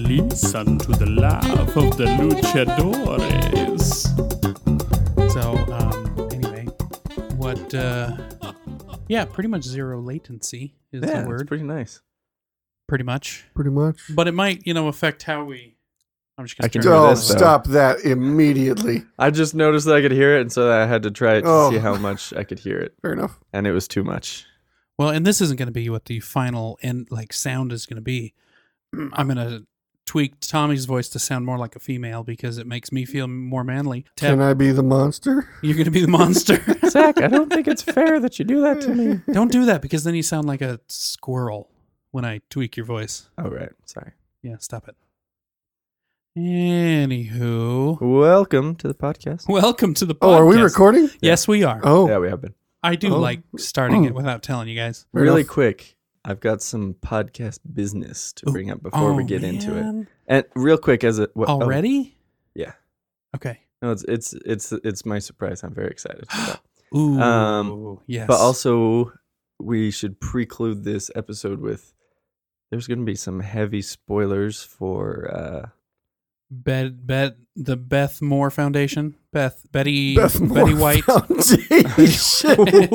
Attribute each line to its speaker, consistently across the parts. Speaker 1: listen to the laugh of the luchadores.
Speaker 2: So, um, anyway, what? Uh, yeah, pretty much zero latency is
Speaker 3: yeah,
Speaker 2: the
Speaker 3: it's
Speaker 2: word,
Speaker 3: pretty nice.
Speaker 2: pretty much.
Speaker 4: Pretty much.
Speaker 2: But it might, you know, affect how we. I'm just gonna
Speaker 3: I can
Speaker 2: turn it
Speaker 3: do
Speaker 4: Don't
Speaker 2: off.
Speaker 3: this, though.
Speaker 4: stop that immediately.
Speaker 3: I just noticed that I could hear it, and so I had to try it to
Speaker 4: Oh.
Speaker 3: see how much I could hear it,
Speaker 4: Fair enough.
Speaker 3: and it was too much.
Speaker 2: Well, and this isn't going to be what the final end like sound is going to be.
Speaker 3: Hmm.
Speaker 2: I'm going to tweak Tommy's voice to sound more like a female because it makes me feel more manly. Tab,
Speaker 4: Can I be the monster?
Speaker 2: you're going to be the monster.
Speaker 3: Zach, I don't think it's fair that you do that to me.
Speaker 2: Don't do that because then you sound like a squirrel when I tweak your voice.
Speaker 3: All right, sorry.
Speaker 2: Yeah, stop it. Anywho,
Speaker 3: Welcome to the podcast.
Speaker 2: welcome to the podcast.
Speaker 4: Oh, are we recording?
Speaker 2: Yes, we are.
Speaker 4: Oh,
Speaker 3: Yeah, Mm. we have been
Speaker 2: I do
Speaker 4: Oh.
Speaker 2: like starting it without telling you guys.
Speaker 4: fair
Speaker 3: really
Speaker 4: enough.
Speaker 3: quick. I've got some podcast business to
Speaker 2: Ooh.
Speaker 3: bring up before we
Speaker 2: Oh,
Speaker 3: get into it.
Speaker 2: man.
Speaker 3: And real quick, as a what, oh,
Speaker 2: Already?
Speaker 3: yeah.
Speaker 2: Okay.
Speaker 3: No, it's it's it's it's my surprise. I'm very excited. about.
Speaker 2: Ooh.
Speaker 3: Um,
Speaker 2: yes.
Speaker 3: But also, we should preclude this episode with there's going to be some heavy spoilers for uh,
Speaker 2: Bet Bet the Beth Moore Foundation. Beth Betty
Speaker 4: Beth
Speaker 2: Betty
Speaker 4: Moore
Speaker 2: White.
Speaker 4: Foundation.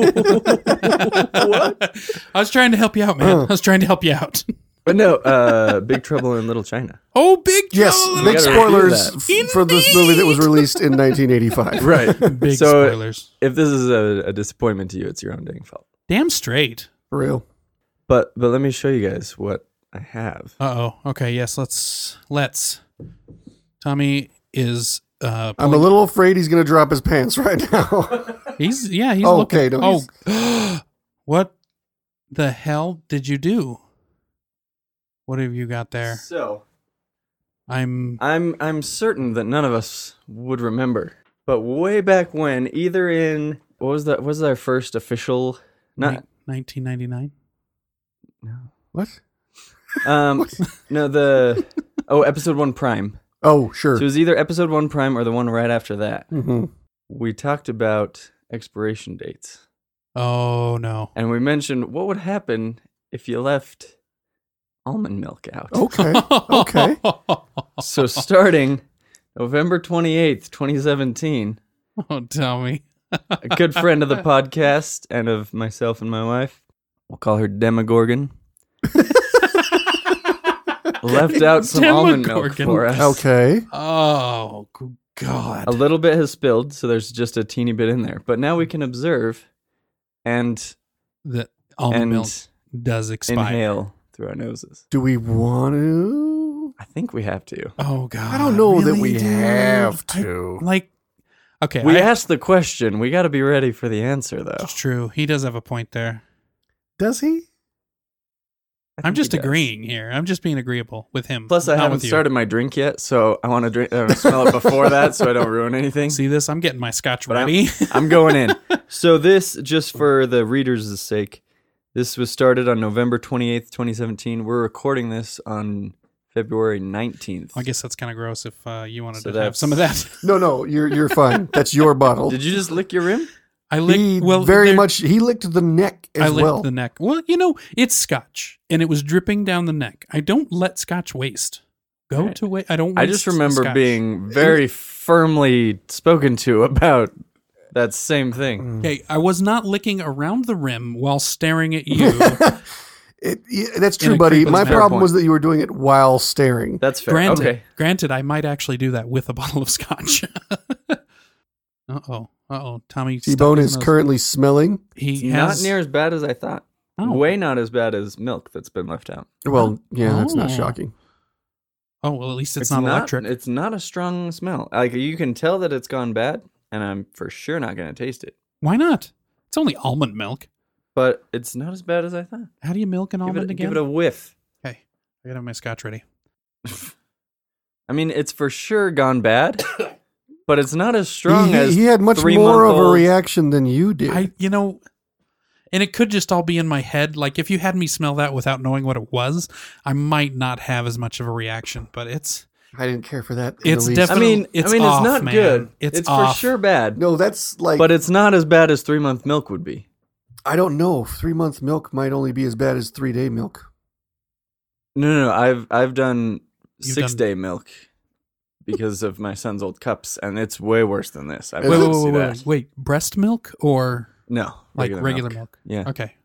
Speaker 2: I was trying to help you out, man.
Speaker 3: Uh.
Speaker 4: Oh.
Speaker 2: I was trying to help you out.
Speaker 3: but no, uh, Big Trouble in Little China.
Speaker 2: Oh, big
Speaker 4: yes,
Speaker 2: Trouble in
Speaker 4: big
Speaker 3: gotta
Speaker 2: Little
Speaker 3: review
Speaker 4: spoilers
Speaker 3: that.
Speaker 4: f- for this movie that was released in 1985.
Speaker 3: Right.
Speaker 2: China. Big
Speaker 3: So-
Speaker 2: spoilers.
Speaker 3: if this is a, a disappointment to you, it's your own dang fault.
Speaker 2: Damn straight.
Speaker 4: For real.
Speaker 3: But but let me show you guys what I have.
Speaker 2: Uh oh. Okay. Yes. Let's let's. Tommy is. Uh,
Speaker 4: I'm a little afraid he's going to drop his pants right now.
Speaker 2: he's yeah. He's
Speaker 4: Oh,
Speaker 2: looking.
Speaker 4: okay, no,
Speaker 2: oh, what the hell did you do? What have you got there?
Speaker 3: So
Speaker 2: I'm
Speaker 3: I'm I'm certain that none of us would remember, but way back when, either in what was that? Was our first official? Not
Speaker 2: 1999.
Speaker 4: what?
Speaker 3: um, no the oh episode one prime.
Speaker 4: Oh, sure.
Speaker 3: So it was either episode one prime or the one right after that.
Speaker 4: hmm
Speaker 3: We talked about expiration dates,
Speaker 2: Oh no.
Speaker 3: and we mentioned what would happen if you left almond milk out.
Speaker 4: Okay. Okay.
Speaker 2: Oh,
Speaker 3: So starting November 28th, 2017,
Speaker 2: oh, Tommy.
Speaker 3: a good friend of the podcast and of myself and my wife, we'll call her Demogorgon, left out some almond milk
Speaker 2: Demogorgon.
Speaker 3: for us.
Speaker 4: Okay.
Speaker 2: Oh g- God.
Speaker 3: A little bit has spilled, so there's just a teeny bit in there. But now we can observe and
Speaker 2: the almond
Speaker 3: and
Speaker 2: milk does expire.
Speaker 3: inhale through our noses.
Speaker 4: Do we want to?
Speaker 3: I think we have to.
Speaker 2: Oh God.
Speaker 4: I don't know that
Speaker 2: really,
Speaker 4: we
Speaker 2: dude?
Speaker 4: have
Speaker 2: I-
Speaker 4: to.
Speaker 2: like, okay.
Speaker 3: We
Speaker 2: I-
Speaker 3: asked the question. We got to be ready for the answer, though.
Speaker 2: It's true. He does have a point there.
Speaker 4: Does he?
Speaker 3: I
Speaker 2: I'm
Speaker 3: think he
Speaker 2: just
Speaker 3: does.
Speaker 2: agreeing here. I'm just being agreeable with him.
Speaker 3: Plus, I
Speaker 2: not
Speaker 3: haven't
Speaker 2: with you.
Speaker 3: started my drink yet, so I want to drink. I want to smell it before that, so I don't ruin anything.
Speaker 2: See this? I'm getting my scotch
Speaker 3: But I'm-
Speaker 2: ready.
Speaker 3: I'm going in. So this, just for the readers' sake, this was started on November 28th, 2017. We're recording this on February 19th.
Speaker 2: I guess that's kind of gross if uh, you wanted
Speaker 3: So
Speaker 2: to have
Speaker 3: that's-
Speaker 2: some of that.
Speaker 4: No, no. You're you're fine. That's your bottle.
Speaker 3: Did you just lick your rim?
Speaker 2: I licked.
Speaker 4: he
Speaker 2: well,
Speaker 4: very
Speaker 2: there-
Speaker 4: much. He licked the neck as
Speaker 2: I licked
Speaker 4: well.
Speaker 2: the neck. Well, you know, it's scotch, and it was dripping down the neck. I don't let scotch waste. Go
Speaker 3: Right.
Speaker 2: to waste. I don't. Waste
Speaker 3: I just remember
Speaker 2: scotch.
Speaker 3: being very firmly spoken to about that same thing.
Speaker 2: Okay, I was not licking around the rim while staring at you.
Speaker 4: It, yeah, that's
Speaker 2: And
Speaker 4: true,
Speaker 2: it
Speaker 4: buddy.
Speaker 2: creeped
Speaker 4: My
Speaker 2: us out.
Speaker 4: problem
Speaker 3: Fair
Speaker 4: was that you were doing it while staring.
Speaker 3: That's fair.
Speaker 2: granted,
Speaker 3: Okay.
Speaker 2: granted, I might actually do that with a bottle of scotch. uh oh, uh oh, Tommy. stuck
Speaker 4: T-Bone
Speaker 2: his
Speaker 4: is
Speaker 2: nose.
Speaker 4: currently smelling.
Speaker 2: He
Speaker 3: Not
Speaker 2: has
Speaker 3: near as bad as I thought.
Speaker 2: Oh.
Speaker 3: Way not as bad as milk that's been left out.
Speaker 4: Well, yeah, that's not
Speaker 2: Oh.
Speaker 4: shocking.
Speaker 2: Oh well, at least it's, not, electric.
Speaker 3: It's not a strong smell. Like you can tell that it's gone bad, and I'm for sure not going to taste it.
Speaker 2: Why not? It's only almond milk.
Speaker 3: But it's not as bad as I thought.
Speaker 2: How do you milk an
Speaker 3: Give
Speaker 2: almond
Speaker 3: it,
Speaker 2: again?
Speaker 3: give it a whiff.
Speaker 2: okay, I gotta have my scotch ready.
Speaker 3: I mean, it's for sure gone bad, but it's not as strong
Speaker 4: He,
Speaker 3: as
Speaker 4: he had much
Speaker 3: three
Speaker 4: more of a
Speaker 3: month-old-
Speaker 4: reaction than you did.
Speaker 2: I, you know, and it could just all be in my head. Like if you had me smell that without knowing what it was, I might not have as much of a reaction. But it's
Speaker 4: I didn't care for that. in
Speaker 2: It's
Speaker 4: the least.
Speaker 3: I
Speaker 2: definitely-
Speaker 3: mean,
Speaker 2: It's
Speaker 3: I mean,
Speaker 2: off,
Speaker 3: it's not
Speaker 2: man.
Speaker 3: good.
Speaker 2: It's
Speaker 3: It's,
Speaker 2: off.
Speaker 3: for sure bad.
Speaker 4: no. That's like.
Speaker 3: but it's not as bad as three month milk would be.
Speaker 4: I don't know. Three month milk might only be as bad as three day milk.
Speaker 3: No, no, no. I've I've done
Speaker 2: You've
Speaker 3: six
Speaker 2: done-
Speaker 3: day milk because of my son's old cups, and it's way worse than this. I
Speaker 4: Wait,
Speaker 2: Wait,
Speaker 3: wouldn't
Speaker 2: wait,
Speaker 3: see
Speaker 2: wait,
Speaker 3: that.
Speaker 2: wait, wait. Breast milk or
Speaker 3: No,
Speaker 2: like regular, milk.
Speaker 3: Yeah,
Speaker 2: Okay.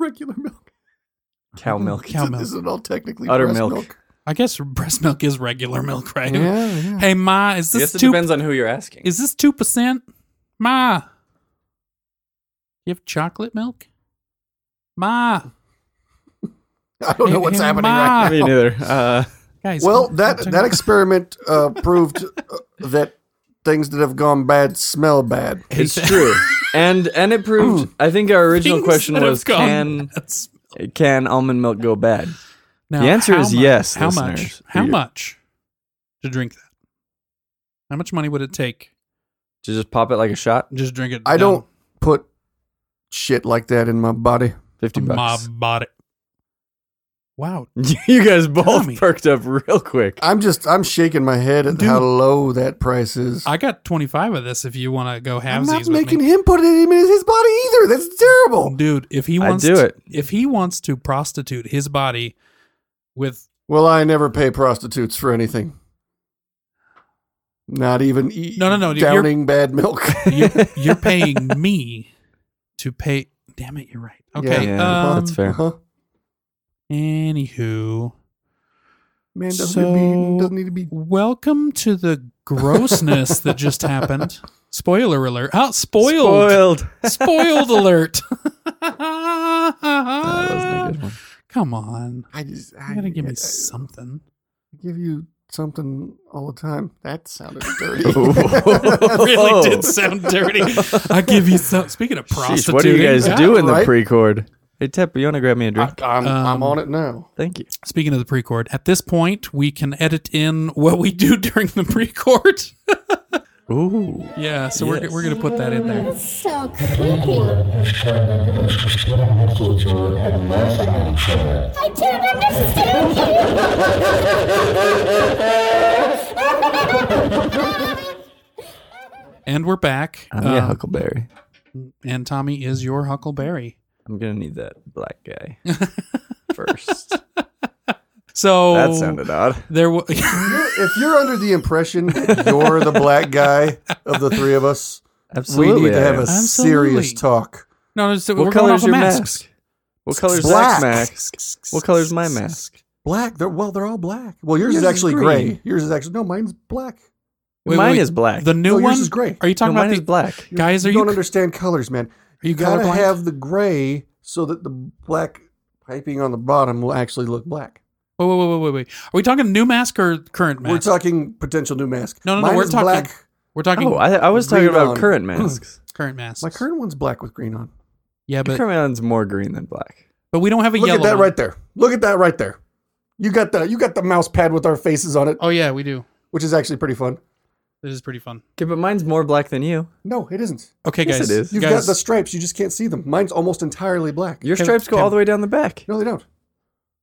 Speaker 4: regular milk.
Speaker 3: cow milk.
Speaker 2: Cow
Speaker 4: Is it-
Speaker 2: milk.
Speaker 4: Is it all technically
Speaker 3: Utter
Speaker 4: breast
Speaker 3: milk.
Speaker 4: milk?
Speaker 2: I guess breast milk is regular milk, right?
Speaker 4: Yeah, yeah.
Speaker 2: Hey, Ma, is
Speaker 3: I
Speaker 2: this
Speaker 3: guess it
Speaker 2: two?
Speaker 3: depends on who you're asking.
Speaker 2: Is this two percent? Ma, you have chocolate milk? Ma,
Speaker 4: I don't know Oh, what's
Speaker 2: Hey,
Speaker 4: happening
Speaker 2: Ma.
Speaker 4: right now.
Speaker 3: Me neither. Uh,
Speaker 2: guys.
Speaker 4: Well,
Speaker 2: come-
Speaker 4: that
Speaker 2: come-
Speaker 4: that experiment uh, proved uh, that things that have gone bad smell bad.
Speaker 3: it's true, and and it proved. I think our original
Speaker 2: Things
Speaker 3: question
Speaker 2: that have
Speaker 3: was
Speaker 2: gone
Speaker 3: can
Speaker 2: bad.
Speaker 3: can almond milk go bad?
Speaker 2: Now,
Speaker 3: The answer
Speaker 2: how
Speaker 3: is
Speaker 2: mu-
Speaker 3: yes,
Speaker 2: How much?
Speaker 3: listeners.
Speaker 2: How
Speaker 3: Reader.
Speaker 2: much to drink that? How much money would it take?
Speaker 3: To just pop it like a shot,
Speaker 2: Just drink it. down
Speaker 4: I don't put shit like that in my body.
Speaker 3: fifty
Speaker 2: My
Speaker 3: bucks.
Speaker 2: body. Wow,
Speaker 3: you guys both
Speaker 2: Tommy.
Speaker 3: perked up real quick.
Speaker 4: I'm just I'm shaking my head at
Speaker 2: Dude.
Speaker 4: how low that price is.
Speaker 2: I got twenty five of this. If you want to go
Speaker 4: I'm
Speaker 2: have
Speaker 4: not
Speaker 2: these
Speaker 4: making him put it in his body either. That's terrible.
Speaker 2: dude. If he
Speaker 3: I'd
Speaker 2: wants
Speaker 3: do
Speaker 2: to,
Speaker 3: it.
Speaker 2: if he wants to prostitute his body with
Speaker 4: Well, I never pay prostitutes for anything. Not even e-
Speaker 2: No, no, no, you're-
Speaker 4: downing bad milk.
Speaker 2: you're, you're paying me to pay. Damn it, you're right. Okay,
Speaker 3: Yeah,
Speaker 2: um,
Speaker 3: that's fair.
Speaker 4: huh?
Speaker 2: Anywho,
Speaker 4: Man doesn't,
Speaker 2: So-
Speaker 4: need to be, doesn't need to be.
Speaker 2: welcome to the grossness that just happened. Spoiler alert! Oh, spoiled,
Speaker 3: Spoiled.
Speaker 2: spoiled, alert!
Speaker 3: That wasn't a good uh, one.
Speaker 2: Come on,
Speaker 4: I just I,
Speaker 2: you gotta give me
Speaker 4: I-
Speaker 2: something.
Speaker 4: give you something all the time. That sounded dirty.
Speaker 2: really
Speaker 3: really
Speaker 2: did sound dirty. I give you some. Speaking of prostituting,
Speaker 3: what do you guys
Speaker 4: Yeah,
Speaker 3: do in the
Speaker 4: right?
Speaker 3: pre-chord? Hey, Tep, you want to grab me a
Speaker 4: I,
Speaker 3: drink?
Speaker 4: I'm,
Speaker 2: Um,
Speaker 4: I'm on it now.
Speaker 3: Thank you.
Speaker 2: Speaking of the pre-chord, at this point we can edit in what we do during the pre-chord.
Speaker 3: Ooh,
Speaker 2: yeah, so we're,
Speaker 3: Yes.
Speaker 2: we're gonna put that in there.
Speaker 5: So creepy. I don't understand you.
Speaker 2: And we're back.
Speaker 3: I'm
Speaker 2: Uh,
Speaker 3: your Huckleberry.
Speaker 2: and Tommy is your Huckleberry.
Speaker 3: I'm gonna need that black guy first.
Speaker 2: So
Speaker 3: That sounded odd.
Speaker 2: there. W-
Speaker 4: If you're under the impression that you're the black guy of the three of us,
Speaker 3: Absolutely,
Speaker 4: we need to
Speaker 3: I
Speaker 4: have
Speaker 3: am.
Speaker 4: a
Speaker 2: Absolutely.
Speaker 4: serious talk.
Speaker 2: no, no, so
Speaker 3: What
Speaker 2: we're going
Speaker 3: color's
Speaker 2: off of
Speaker 3: your
Speaker 2: masks.
Speaker 3: mask? What color's
Speaker 4: Black.
Speaker 3: Zach's mask? What color's my mask?
Speaker 4: Black. They're, well, they're all black. Well, yours,
Speaker 3: Yours
Speaker 4: is
Speaker 3: is
Speaker 4: actually
Speaker 3: green.
Speaker 4: gray. Yours is actually no. Mine's black.
Speaker 2: Wait,
Speaker 3: mine
Speaker 2: wait,
Speaker 3: is black.
Speaker 2: The new
Speaker 4: No,
Speaker 2: one
Speaker 4: yours is gray.
Speaker 2: Are you
Speaker 3: no,
Speaker 2: talking
Speaker 3: mine
Speaker 2: about
Speaker 3: is
Speaker 2: the
Speaker 3: black.
Speaker 2: guys? Are
Speaker 4: you
Speaker 2: you
Speaker 4: don't understand colors, man?
Speaker 2: are you
Speaker 4: You gotta
Speaker 2: colorblind?
Speaker 4: have the gray so that the black piping on the bottom will actually look black.
Speaker 2: wait, wait, wait, wait, wait. Are we talking new mask or current mask?
Speaker 4: We're talking potential new mask.
Speaker 2: No, no, no,
Speaker 4: Mine
Speaker 2: we're
Speaker 4: is
Speaker 2: talking-
Speaker 4: black.
Speaker 2: We're talking
Speaker 3: Oh, I, I was talking
Speaker 4: Green
Speaker 3: about
Speaker 4: on.
Speaker 3: current masks.
Speaker 2: current masks.
Speaker 4: My current one's black with green on.
Speaker 2: yeah, but
Speaker 3: current one's more green than black.
Speaker 2: but we don't have a
Speaker 4: Look
Speaker 2: yellow.
Speaker 4: at that
Speaker 2: one.
Speaker 4: right there. Look at that right there. You got the you got the mouse pad with our faces on it,
Speaker 2: Oh yeah, we do.
Speaker 4: which is actually pretty fun.
Speaker 2: It is pretty fun.
Speaker 3: Okay, but mine's more black than you.
Speaker 4: No, it isn't.
Speaker 2: Okay,
Speaker 3: Yes,
Speaker 2: guys.
Speaker 3: it is.
Speaker 4: You've
Speaker 2: guys,
Speaker 4: got the stripes, you just can't see them. Mine's almost entirely black.
Speaker 3: Your
Speaker 2: Can-
Speaker 3: stripes go
Speaker 2: can-
Speaker 3: all the way down the back.
Speaker 4: no, they don't.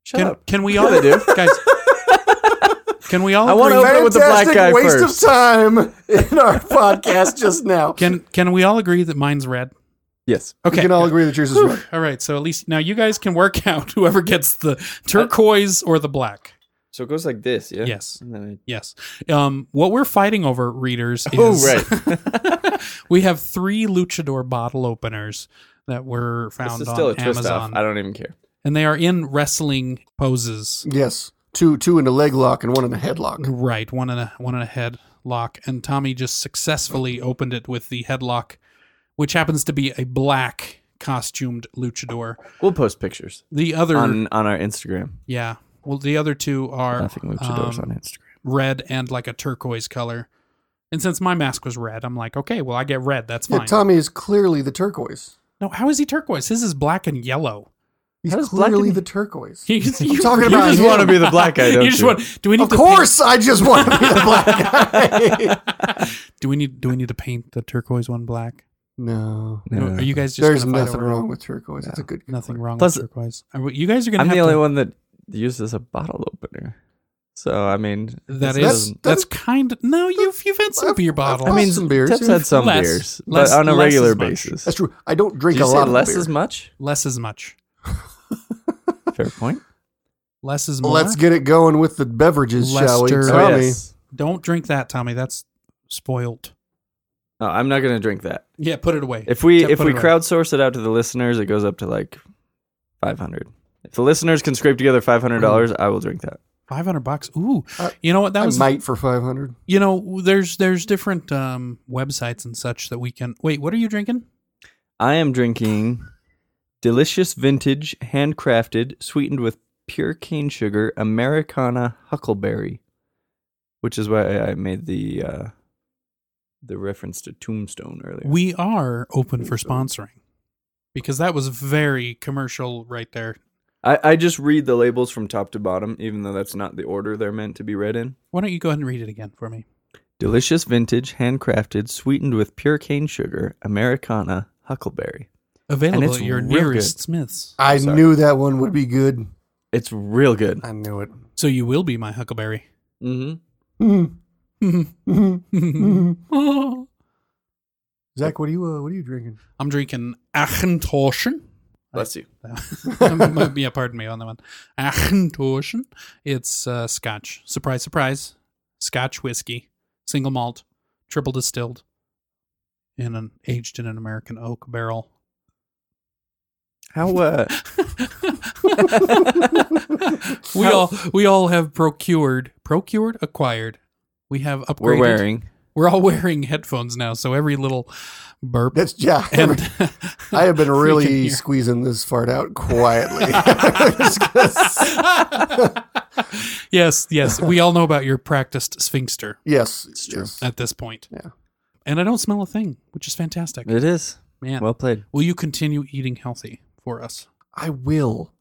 Speaker 3: Shut
Speaker 2: can,
Speaker 3: up.
Speaker 2: can we
Speaker 3: Yeah,
Speaker 2: all
Speaker 3: they do.
Speaker 2: guys? Can we all
Speaker 3: I wanna
Speaker 2: agree?
Speaker 3: open it with the black
Speaker 4: Fantastic
Speaker 3: guy
Speaker 4: waste
Speaker 3: first.
Speaker 4: of time in our podcast just now.
Speaker 2: Can can we all agree that mine's red?
Speaker 3: Yes.
Speaker 4: We
Speaker 2: Okay.
Speaker 4: can all agree that yours is right.
Speaker 2: all right. So at least now you guys can work out whoever gets the turquoise or the black.
Speaker 3: So it goes like this, yeah.
Speaker 2: Yes.
Speaker 3: And then
Speaker 2: Yes. Um, what we're fighting over, readers, is
Speaker 3: Oh, right.
Speaker 2: we have three luchador bottle openers that were
Speaker 3: I,
Speaker 2: found
Speaker 3: this is
Speaker 2: on
Speaker 3: still a twist off.
Speaker 2: Amazon,
Speaker 3: I don't even care.
Speaker 2: and they are in wrestling poses.
Speaker 4: Yes. Two two in a leg lock and one in a headlock.
Speaker 2: Right, one in a one in a headlock, and Tommy just successfully opened it with the headlock, which happens to be a black costumed luchador.
Speaker 3: We'll post pictures
Speaker 2: The other,
Speaker 3: on on our Instagram.
Speaker 2: yeah, well, the other two are
Speaker 3: Nothing luchadors
Speaker 2: um,
Speaker 3: on Instagram.
Speaker 2: red and like a turquoise color. And since my mask was red, I'm like, okay, well, I get red. That's
Speaker 4: Yeah,
Speaker 2: fine.
Speaker 4: Tommy is clearly the turquoise.
Speaker 2: No, how is he turquoise? His is black and yellow.
Speaker 4: He's
Speaker 3: How does black
Speaker 4: clearly
Speaker 3: and-
Speaker 4: the turquoise.
Speaker 2: You, you-
Speaker 4: talking
Speaker 2: you
Speaker 4: about
Speaker 2: just
Speaker 4: him.
Speaker 2: wanna
Speaker 3: You the black guy,
Speaker 2: you
Speaker 3: don't
Speaker 2: just
Speaker 3: you?
Speaker 2: want- do we need
Speaker 4: Of
Speaker 2: to
Speaker 4: course, I just want to be the black guy.
Speaker 2: Paint, do we need? Do we need to paint the turquoise one black?
Speaker 4: no,
Speaker 3: No.
Speaker 2: Are you guys just
Speaker 4: there's
Speaker 2: gonna fight
Speaker 4: nothing
Speaker 2: over it?
Speaker 4: wrong with turquoise. It's a good
Speaker 2: Nothing wrong
Speaker 3: Plus-
Speaker 2: with turquoise. Are we- you guys are gonna.
Speaker 3: I'm
Speaker 2: have
Speaker 3: the only
Speaker 2: to,
Speaker 3: one that used as a bottle opener. So I mean,
Speaker 2: That
Speaker 3: this
Speaker 2: is
Speaker 3: doesn't-
Speaker 2: that's kind of no. You've you've had some
Speaker 4: I've-
Speaker 2: beer
Speaker 4: I've
Speaker 2: bottles.
Speaker 4: had
Speaker 3: I mean,
Speaker 4: some beers,
Speaker 3: Tips
Speaker 4: yeah.
Speaker 3: had some
Speaker 2: Less-
Speaker 3: beers,
Speaker 2: less-
Speaker 3: but on a
Speaker 2: less
Speaker 3: regular
Speaker 2: as much.
Speaker 3: basis.
Speaker 4: That's true. I don't drink
Speaker 3: Did you
Speaker 4: a
Speaker 3: say
Speaker 4: lot of
Speaker 3: less
Speaker 4: beer.
Speaker 3: as much?
Speaker 2: less as much.
Speaker 3: Fair point.
Speaker 2: Less is more.
Speaker 4: Let's get it going with the beverages, shall we,
Speaker 2: Lester.
Speaker 3: Oh,
Speaker 4: Tommy?
Speaker 3: yes.
Speaker 2: Don't drink that, Tommy. That's spoilt.
Speaker 3: No, I'm not gonna drink that.
Speaker 2: Yeah, put it away.
Speaker 3: If we
Speaker 2: Yeah,
Speaker 3: if
Speaker 2: put
Speaker 3: we
Speaker 2: it away.
Speaker 3: crowdsource it out to the listeners, it goes up to like five hundred. If the listeners can scrape together five hundred dollars, I will drink that.
Speaker 2: Five hundred bucks. Ooh,
Speaker 3: Uh,
Speaker 4: I-
Speaker 2: you know what? That
Speaker 4: I
Speaker 2: was
Speaker 4: might for five hundred.
Speaker 2: you know there's there's different um, websites and such that we can wait what are you drinking
Speaker 3: I am drinking delicious vintage, handcrafted, sweetened with pure cane sugar Americana huckleberry, which is why I made the uh, the reference to Tombstone earlier.
Speaker 2: we are open for sponsoring because that was very commercial right there
Speaker 3: I, I just read the labels from top to bottom, even though that's not the order they're meant to be read in.
Speaker 2: why don't you go ahead and read it again for me
Speaker 3: Delicious vintage, handcrafted, sweetened with pure cane sugar, Americana, huckleberry.
Speaker 2: available
Speaker 3: it's
Speaker 2: at your
Speaker 3: real
Speaker 2: nearest
Speaker 3: good.
Speaker 2: smith's
Speaker 4: I
Speaker 3: Sorry.
Speaker 4: knew that one would be good.
Speaker 3: It's real good.
Speaker 4: I knew it.
Speaker 2: so you will be my huckleberry
Speaker 3: Mm-hmm.
Speaker 2: i'm
Speaker 4: Zach, what are you? Uh, what are you drinking?
Speaker 2: drinking achentorschen
Speaker 3: Bless you.
Speaker 2: yeah pardon me on that one achentorschen it's uh, scotch surprise surprise scotch whiskey single malt triple distilled and an, aged in an american oak barrel
Speaker 3: How uh,
Speaker 2: we all we all have procured procured acquired we have upgraded
Speaker 3: we're wearing?
Speaker 2: we're all wearing headphones now so every little burp
Speaker 4: That's yeah.
Speaker 2: and
Speaker 4: I have been
Speaker 2: can
Speaker 4: really
Speaker 2: hear.
Speaker 4: squeezing this fart out quietly.
Speaker 2: yes yes we all know about your practiced sphinxter
Speaker 4: yes,
Speaker 2: It's true
Speaker 4: yes.
Speaker 2: at this point
Speaker 4: Yeah.
Speaker 2: and i don't smell a thing which is fantastic
Speaker 3: It is
Speaker 2: man
Speaker 3: well played.
Speaker 2: will you continue eating healthy for us
Speaker 4: I will.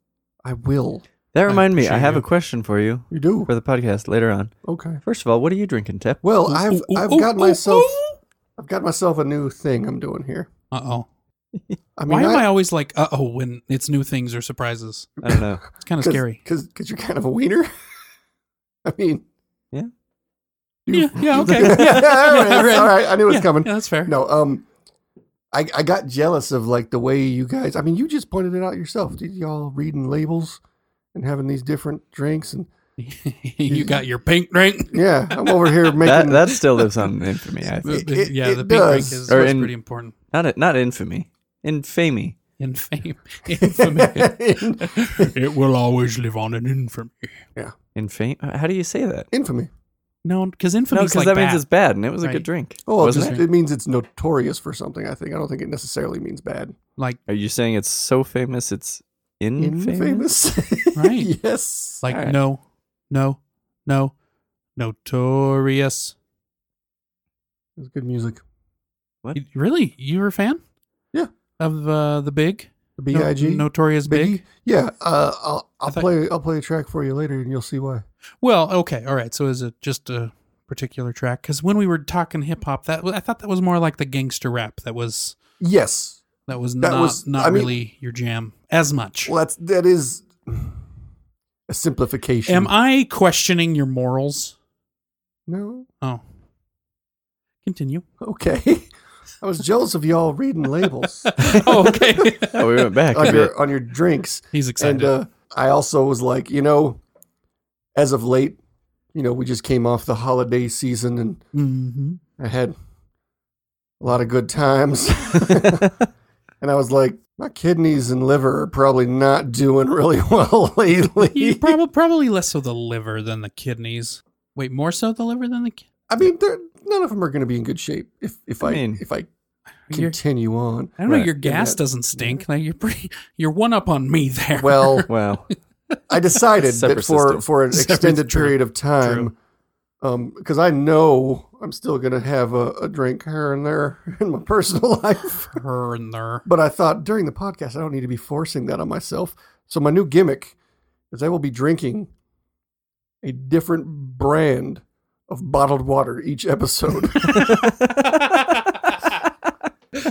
Speaker 4: I will.
Speaker 3: That reminds me, I
Speaker 2: appreciate
Speaker 3: have
Speaker 2: you.
Speaker 3: a question for you
Speaker 4: You do
Speaker 3: for the podcast later on.
Speaker 4: okay.
Speaker 3: First of all, what are you drinking, Tep?
Speaker 4: Well, I've
Speaker 2: ooh,
Speaker 4: I've
Speaker 2: ooh,
Speaker 4: got
Speaker 2: ooh,
Speaker 4: myself
Speaker 2: ooh.
Speaker 4: I've got myself a new thing I'm doing here.
Speaker 2: uh-oh
Speaker 4: I
Speaker 2: why am I, always like uh-oh when it's new things or surprises
Speaker 3: I don't know.
Speaker 2: it's kind of scary
Speaker 4: because you're kind of a wiener. I mean,
Speaker 2: yeah yeah okay
Speaker 4: yeah, all right,
Speaker 2: Yeah, right.
Speaker 4: all right. I knew it was
Speaker 2: yeah,
Speaker 4: coming.
Speaker 2: yeah, that's fair
Speaker 4: No, um, I I got jealous of like the way you guys. I mean, you just pointed it out yourself. Did y'all reading labels and having these different drinks and
Speaker 2: you got your pink drink.
Speaker 4: yeah, I'm over here making
Speaker 3: that that still lives on in infamy. I think.
Speaker 4: It- it-
Speaker 2: yeah,
Speaker 4: it
Speaker 2: the pink
Speaker 4: does.
Speaker 2: drink is
Speaker 3: Or
Speaker 2: was
Speaker 3: in-
Speaker 2: pretty important
Speaker 3: Not a, not infamy, infamy.
Speaker 2: in fame, infamy.
Speaker 4: In-
Speaker 2: it will always live on in infamy.
Speaker 3: Infame. How do you say that?
Speaker 4: infamy.
Speaker 2: No, because infamy
Speaker 3: No,
Speaker 2: is
Speaker 3: because
Speaker 2: like
Speaker 3: that
Speaker 2: that
Speaker 3: means it's bad, and it was a
Speaker 2: Right.
Speaker 3: good drink.
Speaker 4: Oh, well,
Speaker 3: wasn't
Speaker 4: just,
Speaker 2: it?
Speaker 4: it means it's notorious for something. I think I don't think it necessarily means bad.
Speaker 2: like
Speaker 3: it? Are you saying it's so famous it's infamous?
Speaker 4: Infamous,
Speaker 2: Right.
Speaker 4: yes.
Speaker 2: like
Speaker 3: Alright.
Speaker 2: no, no, no, notorious.
Speaker 4: It was good music.
Speaker 2: You- Really, you were a fan?
Speaker 4: Yeah.
Speaker 2: Of uh, the big
Speaker 4: The
Speaker 2: No-
Speaker 4: B.I.G.
Speaker 2: notorious big.
Speaker 4: Biggie? Yeah, uh, I'll I'll
Speaker 2: I thought-
Speaker 4: play I'll play a track for you later, and you'll see why.
Speaker 2: Well, okay, all right. So is it just a particular track? Because when we were talking hip hop, that I thought that was more like the gangster rap. That was
Speaker 4: Yes,
Speaker 2: That was
Speaker 4: That
Speaker 2: not
Speaker 4: was-
Speaker 2: not
Speaker 4: I mean-
Speaker 2: really your jam as much.
Speaker 4: well that's that is a simplification.
Speaker 2: Am I questioning your morals?
Speaker 4: No,
Speaker 2: Oh. Continue.
Speaker 4: okay. I was jealous of y'all reading labels
Speaker 2: oh, okay.
Speaker 3: Oh, we went back. a
Speaker 4: on
Speaker 3: bit.
Speaker 4: your on your drinks,
Speaker 2: He's
Speaker 4: and
Speaker 2: excited.
Speaker 4: uh, I also was like, you know, as of late, you know, we just came off the holiday season, and
Speaker 2: hmm
Speaker 4: I had a lot of good times. And I was like, my kidneys and liver are probably not doing really well
Speaker 2: You
Speaker 4: lately.
Speaker 2: probably probably less so the liver than the kidneys. Wait, more so the liver than the ki-
Speaker 4: I mean, they're, none of them are going to be in good shape if if I,
Speaker 3: I mean-
Speaker 4: if I
Speaker 2: your-
Speaker 4: continue on.
Speaker 2: I don't know.
Speaker 3: Right.
Speaker 2: Your gas
Speaker 4: Yeah.
Speaker 2: doesn't stink. Like you're pretty. You're one up on me there.
Speaker 4: Well,
Speaker 3: wow.
Speaker 4: I decided that
Speaker 3: Separate
Speaker 4: for
Speaker 3: system.
Speaker 4: for an
Speaker 2: Separate-
Speaker 4: extended
Speaker 2: true,
Speaker 4: period of time, um, because I know I'm still going to have a, a drink here and there in my personal life.
Speaker 2: her and there.
Speaker 4: But I thought during the podcast, I don't need to be forcing that on myself. So my new gimmick is I will be drinking a different brand of bottled water each episode.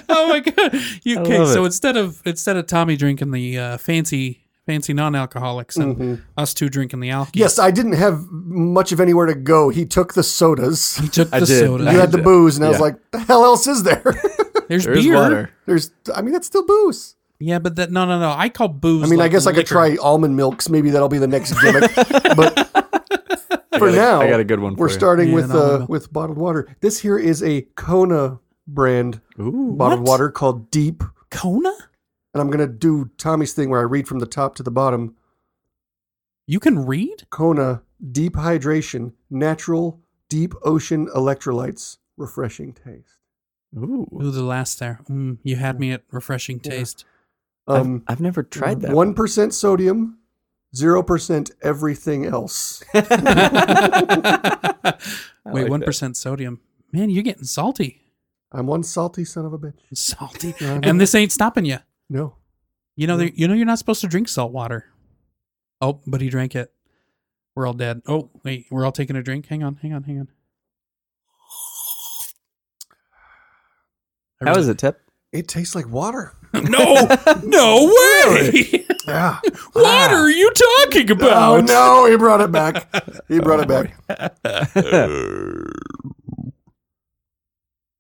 Speaker 2: oh my god! You,
Speaker 3: I
Speaker 2: okay,
Speaker 3: love
Speaker 2: so
Speaker 3: it.
Speaker 2: instead of instead of Tommy drinking the uh, fancy fancy non-alcoholics and
Speaker 3: Mm-hmm.
Speaker 4: Mhm.
Speaker 2: us two drinking the alcohol,
Speaker 4: Yes, I didn't have much of anywhere to go. He took the sodas.
Speaker 2: he took
Speaker 3: I
Speaker 2: the
Speaker 3: did.
Speaker 2: soda.
Speaker 4: You had the booze, and I was
Speaker 3: Yeah.
Speaker 4: like, "The hell else is there?"
Speaker 2: There's
Speaker 3: There's
Speaker 2: beer.
Speaker 3: water.
Speaker 4: There's, I mean, that's still booze.
Speaker 2: Yeah, but that no, no, no. I call booze.
Speaker 4: I mean, I
Speaker 2: like
Speaker 4: guess I could
Speaker 2: liquor.
Speaker 4: try almond milks. Maybe that'll be the next gimmick. but
Speaker 3: I
Speaker 4: for
Speaker 3: got a-
Speaker 4: now,
Speaker 3: I got a good one.
Speaker 4: we're
Speaker 3: for
Speaker 4: starting
Speaker 2: Yeah,
Speaker 4: with
Speaker 2: an almond
Speaker 4: uh,
Speaker 2: milk.
Speaker 4: with bottled water. This here is a Kona brand
Speaker 3: You. Ooh,
Speaker 4: bottled
Speaker 2: What?
Speaker 4: water called Deep.
Speaker 2: Kona.
Speaker 4: And I'm gonna do Tommy's thing where I read from the top to the bottom.
Speaker 2: You can read.
Speaker 4: Kona Deep Hydration, natural deep ocean electrolytes, refreshing taste.
Speaker 3: ooh.
Speaker 2: Ooh, the last there. Mm, you had me at refreshing
Speaker 4: Yeah.
Speaker 2: taste.
Speaker 4: Um,
Speaker 3: I've, I've never tried that.
Speaker 4: one percent sodium, zero percent everything else.
Speaker 3: like
Speaker 2: Wait,
Speaker 3: that.
Speaker 2: one percent sodium. Man, you're getting salty,
Speaker 4: I'm one salty son of a bitch.
Speaker 2: salty,
Speaker 4: Yeah.
Speaker 2: and this ain't stopping you.
Speaker 4: No,
Speaker 2: You know, there- you know, you're not supposed to drink salt water. Oh, but he drank it. We're all dead. Oh, wait, we're all taking a drink. Hang on, hang on, hang on.
Speaker 3: How is it, Tip?
Speaker 4: it tastes like water.
Speaker 2: No, no way.
Speaker 4: Yeah. Ah.
Speaker 2: what are you talking
Speaker 4: Oh
Speaker 2: about? Oh,
Speaker 4: no, he brought it back. He brought it back.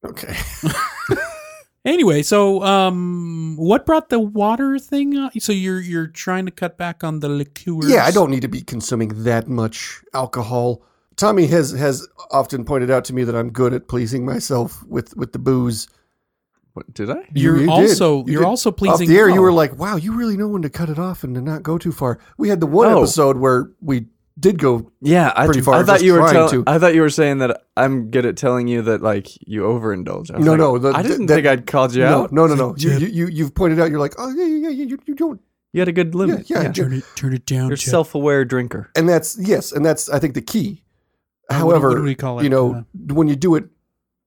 Speaker 4: Okay.
Speaker 2: Anyway, so um, what brought the water thing? up? So you're you're trying to cut back on the liqueurs?
Speaker 4: Yeah, I don't need to be consuming that much alcohol. Tommy has has often pointed out to me that I'm good at pleasing myself with with the booze.
Speaker 3: What, did I?
Speaker 4: You-
Speaker 2: You're
Speaker 4: you did.
Speaker 2: also
Speaker 4: You
Speaker 2: you are
Speaker 4: did.
Speaker 2: also
Speaker 4: Off
Speaker 2: pleasing.
Speaker 4: the air, you were
Speaker 2: Oh.
Speaker 4: like, "Wow, you really know when to cut it off and to not go too far." We had the one
Speaker 3: Oh.
Speaker 4: episode where we did go.
Speaker 3: Yeah, I,
Speaker 4: Pretty far
Speaker 3: I
Speaker 4: of us
Speaker 3: thought you were
Speaker 4: trying
Speaker 3: tell-
Speaker 4: to.
Speaker 3: I thought you were saying that I'm good at telling you that like you overindulge. I was
Speaker 4: No,
Speaker 3: like,
Speaker 4: no, the-
Speaker 3: I didn't
Speaker 4: the-
Speaker 3: think I'd called you out.
Speaker 4: No, no, no, no. You, you you you've pointed out. You're like, "Oh yeah, yeah, yeah. You, you don't."
Speaker 3: You had a good
Speaker 4: Yeah,
Speaker 3: limit.
Speaker 4: yeah.
Speaker 3: Yeah.
Speaker 2: turn it turn it down.
Speaker 3: You're a
Speaker 2: Chip.
Speaker 3: self-aware drinker.
Speaker 4: And that's yes, and that's I think the key.
Speaker 2: Uh, what do-
Speaker 4: However,
Speaker 2: what do we call it?
Speaker 4: you know,
Speaker 2: Uh,
Speaker 4: when you do it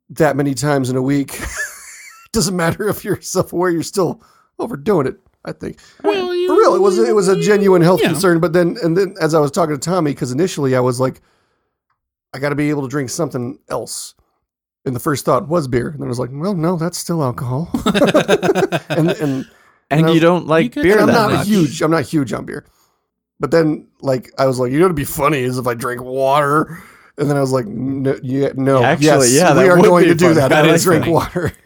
Speaker 4: that many times in a week, doesn't matter if you're self-aware, you're still overdoing it. I think.
Speaker 2: well, you-
Speaker 4: For real, it was it was a
Speaker 2: you-
Speaker 4: genuine health
Speaker 2: yeah.
Speaker 4: concern. But then, and then, as I was talking to Tommy, because initially I was like, I got to be able to drink something else. And the first thought was beer, and then I was like, well, no, that's still alcohol. and and
Speaker 3: And
Speaker 4: No.
Speaker 3: you don't like
Speaker 2: could-
Speaker 3: beer
Speaker 4: and I'm
Speaker 3: that
Speaker 4: not
Speaker 3: much.
Speaker 4: huge. I'm not huge on beer. But then, like, I was like, you know, what'd be funny is if I drink water. And then I was like, no, yeah, no
Speaker 3: Actually,
Speaker 4: yes,
Speaker 3: yeah,
Speaker 4: we
Speaker 3: that
Speaker 4: are
Speaker 3: would
Speaker 4: going
Speaker 3: be
Speaker 4: to do
Speaker 3: funny.
Speaker 4: that.
Speaker 3: That
Speaker 4: I
Speaker 3: is
Speaker 4: drink
Speaker 3: funny.
Speaker 4: water.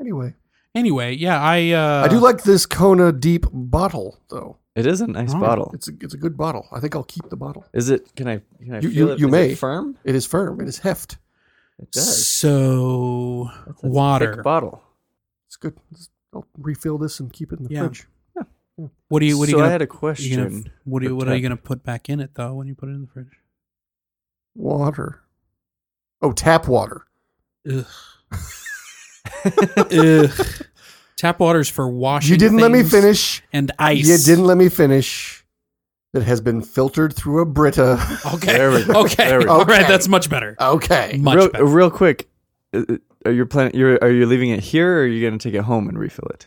Speaker 4: Anyway,
Speaker 2: Anyway, yeah, I uh,
Speaker 4: I do like this Kona Deep bottle, though.
Speaker 3: It is a nice
Speaker 2: Oh.
Speaker 3: bottle.
Speaker 4: It's a, it's a good bottle. I think I'll keep the bottle.
Speaker 3: Is it? Can I? Can I feel
Speaker 4: You- you-
Speaker 3: it?
Speaker 4: you
Speaker 3: Is
Speaker 4: may.
Speaker 3: It firm.
Speaker 4: It is firm. It is heft.
Speaker 3: It does.
Speaker 2: so
Speaker 3: That's a
Speaker 2: water.
Speaker 3: thick bottle.
Speaker 4: It's good. It's- I'll refill this and keep it in the
Speaker 2: Yeah.
Speaker 4: fridge.
Speaker 2: What do you what do
Speaker 3: so
Speaker 2: you gonna,
Speaker 3: I had a
Speaker 2: you gonna-
Speaker 3: question.
Speaker 2: what do you
Speaker 3: for
Speaker 2: what are you
Speaker 3: Tep.
Speaker 2: gonna put back in it though when you put it in the fridge?
Speaker 4: Water. Oh, tap water.
Speaker 2: Ugh. Ugh. Tap water's for washing.
Speaker 4: You didn't let me
Speaker 2: things
Speaker 4: finish.
Speaker 2: And ice.
Speaker 4: You didn't let me finish. That has been filtered through a Brita.
Speaker 2: Okay.
Speaker 3: There we go.
Speaker 2: Okay.
Speaker 3: There we go.
Speaker 2: All right.
Speaker 4: Okay.
Speaker 2: That's much better.
Speaker 4: Okay.
Speaker 2: Much
Speaker 3: real,
Speaker 2: better.
Speaker 3: real quick. uh, uh, Are you planning? You're, are you leaving it here, or are you going to take it home and refill it?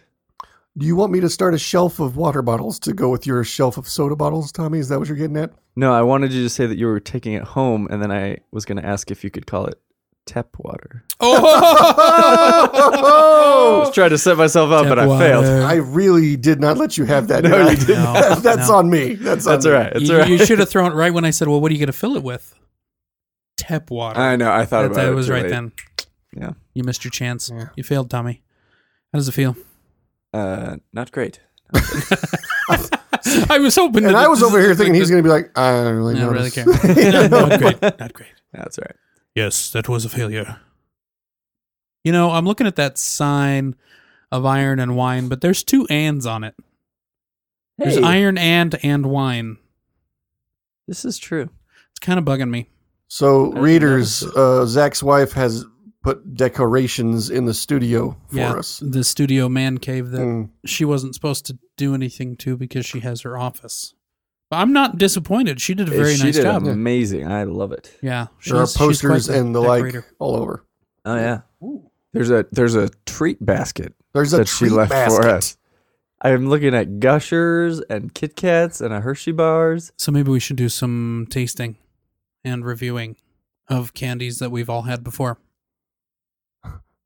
Speaker 4: Do you want me to start a shelf of water bottles to go with your shelf of soda bottles, Tommy? Is that what you're getting at?
Speaker 3: No, I wanted you to say that you were taking it home, and then I was going to ask if you could call it tap water. I
Speaker 2: Oh.
Speaker 3: was trying to set myself up, but I failed.
Speaker 4: I really did not let you have that.
Speaker 3: No,
Speaker 4: did I?
Speaker 3: you didn't.
Speaker 2: No,
Speaker 4: That's
Speaker 2: no.
Speaker 4: on me. That's on
Speaker 3: That's all
Speaker 4: me.
Speaker 3: right. That's all
Speaker 2: You,
Speaker 3: right.
Speaker 2: you should have thrown it right when I said, "Well, what are you going to fill it with?" Tap water.
Speaker 3: I know. I thought
Speaker 2: that,
Speaker 3: about
Speaker 2: that
Speaker 3: it
Speaker 2: was
Speaker 3: too
Speaker 2: right
Speaker 3: late.
Speaker 2: then.
Speaker 3: Yeah.
Speaker 2: You missed your chance.
Speaker 4: Yeah.
Speaker 2: You failed, Tommy. How does it feel?
Speaker 3: Uh, not great.
Speaker 2: I was hoping.
Speaker 4: And
Speaker 2: that
Speaker 4: I was
Speaker 2: this
Speaker 4: over
Speaker 2: is
Speaker 4: here
Speaker 2: like
Speaker 4: thinking he's
Speaker 2: the-
Speaker 4: going to be like, I don't really,
Speaker 2: I don't really
Speaker 4: notice.
Speaker 2: care. not great. Not great.
Speaker 3: That's all right.
Speaker 2: Yes, that was a failure. You know, I'm looking at that sign of iron and wine, but there's two ands on it. There's iron and and wine.
Speaker 3: This is true.
Speaker 2: It's kind of bugging me.
Speaker 4: So,
Speaker 3: didn't
Speaker 4: readers,
Speaker 3: notice
Speaker 4: uh, Zach's wife has put decorations in the studio for
Speaker 2: yeah,
Speaker 4: us.
Speaker 2: the studio man cave that
Speaker 4: Mm.
Speaker 2: she wasn't supposed to do anything to because she has her office. But I'm not disappointed. She did a very
Speaker 3: she
Speaker 2: nice
Speaker 3: did
Speaker 2: job.
Speaker 3: amazing. I love it.
Speaker 2: Yeah,
Speaker 4: Mm-hmm. There are
Speaker 2: she's- she's quite
Speaker 4: posters
Speaker 2: the
Speaker 4: and the
Speaker 2: decorator.
Speaker 4: like all over.
Speaker 3: Oh yeah. There's a there's a treat basket
Speaker 4: There's a
Speaker 3: that she
Speaker 4: treat
Speaker 3: left
Speaker 4: basket.
Speaker 3: for us. I am looking at Gushers and Kit Kats and a Hershey bars.
Speaker 2: So maybe we should do some tasting and reviewing of candies that we've all had before.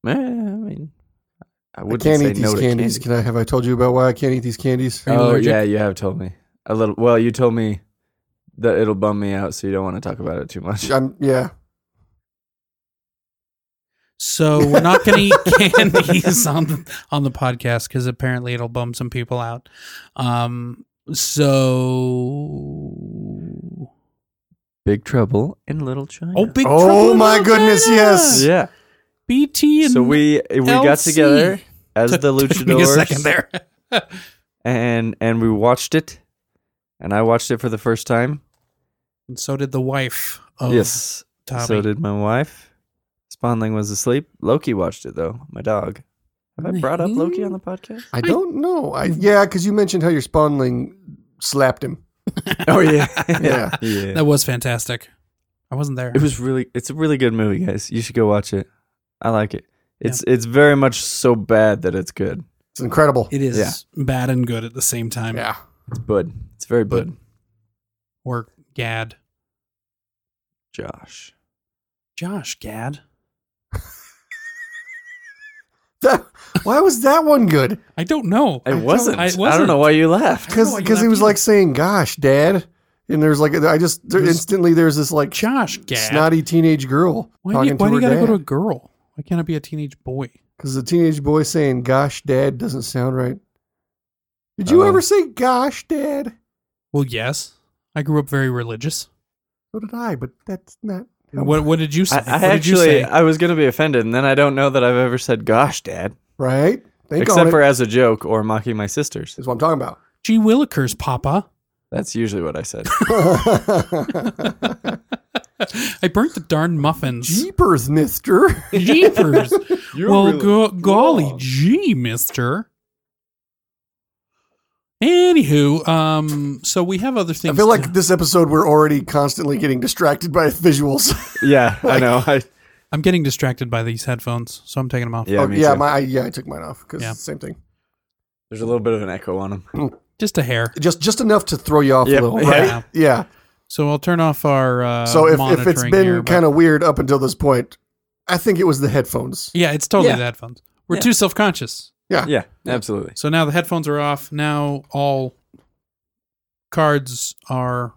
Speaker 3: Eh, I mean, I
Speaker 4: I
Speaker 3: wouldn't
Speaker 4: can't
Speaker 3: say
Speaker 4: eat these
Speaker 3: no to
Speaker 4: candies.
Speaker 3: candy.
Speaker 4: Can I have I told you about why I can't eat these candies?
Speaker 2: Are you
Speaker 3: oh
Speaker 2: allergic?
Speaker 3: yeah, you have told me a little. Well, you told me that it'll bum me out, so you don't want to talk about it too much.
Speaker 4: I'm yeah.
Speaker 2: So we're not going to eat candies on the, on the podcast because apparently it'll bum some people out. Um, so
Speaker 3: Big Trouble in Little China.
Speaker 2: oh, big
Speaker 4: Oh
Speaker 2: Trouble in
Speaker 4: my
Speaker 2: Little
Speaker 4: goodness,
Speaker 2: China!
Speaker 4: yes.
Speaker 3: yeah.
Speaker 2: BT and
Speaker 3: So we we got
Speaker 2: LC.
Speaker 3: together as the
Speaker 2: Took me a second
Speaker 3: luchadors
Speaker 2: there.
Speaker 3: and and we watched it, and I watched it for the first time.
Speaker 2: And so did the wife of
Speaker 3: yes.
Speaker 2: Oh, Tommy.
Speaker 3: So did my wife. Spawnling was asleep. Loki watched it though. My dog. Have I brought up Loki on the podcast?
Speaker 4: I don't know. I yeah, because you mentioned how your spawnling slapped him.
Speaker 3: oh yeah.
Speaker 4: Yeah.
Speaker 3: yeah.
Speaker 2: That was fantastic. I wasn't there.
Speaker 3: It was really. It's a really good movie, guys. You should go watch it. I like it. It's it's very much so bad that it's good.
Speaker 4: It's incredible.
Speaker 2: It is
Speaker 3: Yeah.
Speaker 2: bad and good at the same time.
Speaker 4: yeah.
Speaker 3: It's bud. It's very bud.
Speaker 2: Or Gad.
Speaker 3: Josh.
Speaker 2: Josh Gad.
Speaker 4: That, why was that one good?
Speaker 2: I don't know.
Speaker 3: It wasn't.
Speaker 2: I
Speaker 3: I,
Speaker 2: wasn't.
Speaker 3: don't know why you laughed.
Speaker 4: Because
Speaker 2: know why you
Speaker 4: he
Speaker 2: laughed
Speaker 4: was
Speaker 2: either.
Speaker 4: like saying, "Gosh, Dad," and there's like I just there,
Speaker 2: was-
Speaker 4: instantly there's this like
Speaker 2: Josh Gad.
Speaker 4: snotty teenage girl
Speaker 2: why do you,
Speaker 4: talking
Speaker 2: why do you
Speaker 4: to
Speaker 2: gotta
Speaker 4: her
Speaker 2: go to a
Speaker 4: dad.
Speaker 2: girl? Why can't I be a teenage boy?
Speaker 4: Because the teenage boy saying "Gosh, Dad" doesn't sound right. Did you
Speaker 3: Oh.
Speaker 4: ever say "Gosh, Dad"?
Speaker 2: Well, yes. I grew up very religious.
Speaker 4: So did I, but that's not.
Speaker 2: What What did you say?
Speaker 3: I,
Speaker 2: what
Speaker 3: I
Speaker 2: did you
Speaker 3: actually
Speaker 2: say?
Speaker 3: I was gonna be offended, and then I don't know that I've ever said "Gosh, Dad,"
Speaker 4: right. Think on
Speaker 3: except
Speaker 4: it.
Speaker 3: for as a joke or mocking my sisters.
Speaker 4: That's what I'm talking about.
Speaker 2: Gee Willikers, Papa.
Speaker 3: That's usually what I said.
Speaker 2: I burnt the darn muffins.
Speaker 4: Jeepers, Mister.
Speaker 2: Jeepers. well, go- golly
Speaker 4: wrong.
Speaker 2: gee, mister. Anywho, um, so we have other
Speaker 4: I
Speaker 2: things.
Speaker 4: feel
Speaker 2: to-
Speaker 4: like this episode we're already constantly getting distracted by visuals.
Speaker 3: yeah, I know.
Speaker 4: Oh,
Speaker 3: I
Speaker 2: I'm getting distracted by these headphones, so I'm taking them off.
Speaker 3: yeah,
Speaker 4: oh,
Speaker 3: me
Speaker 4: yeah,
Speaker 3: too.
Speaker 4: my I, yeah, I took mine off because
Speaker 2: Yeah.
Speaker 4: same thing.
Speaker 3: There's a little bit of an echo on them.
Speaker 2: Just a hair.
Speaker 4: Just just enough to throw you off
Speaker 3: Yeah,
Speaker 4: a little,
Speaker 3: yeah.
Speaker 4: right?
Speaker 2: Yeah.
Speaker 4: Yeah.
Speaker 2: So I'll turn off our. Uh,
Speaker 4: so if, if it's
Speaker 2: monitoring here,
Speaker 4: been
Speaker 2: but-
Speaker 4: kind of weird up until this point, I think it was the headphones.
Speaker 2: yeah, it's totally
Speaker 3: Yeah.
Speaker 2: the headphones. We're
Speaker 3: Yeah.
Speaker 2: too self conscious.
Speaker 3: Yeah, absolutely.
Speaker 2: So now the headphones are off. Now all cards are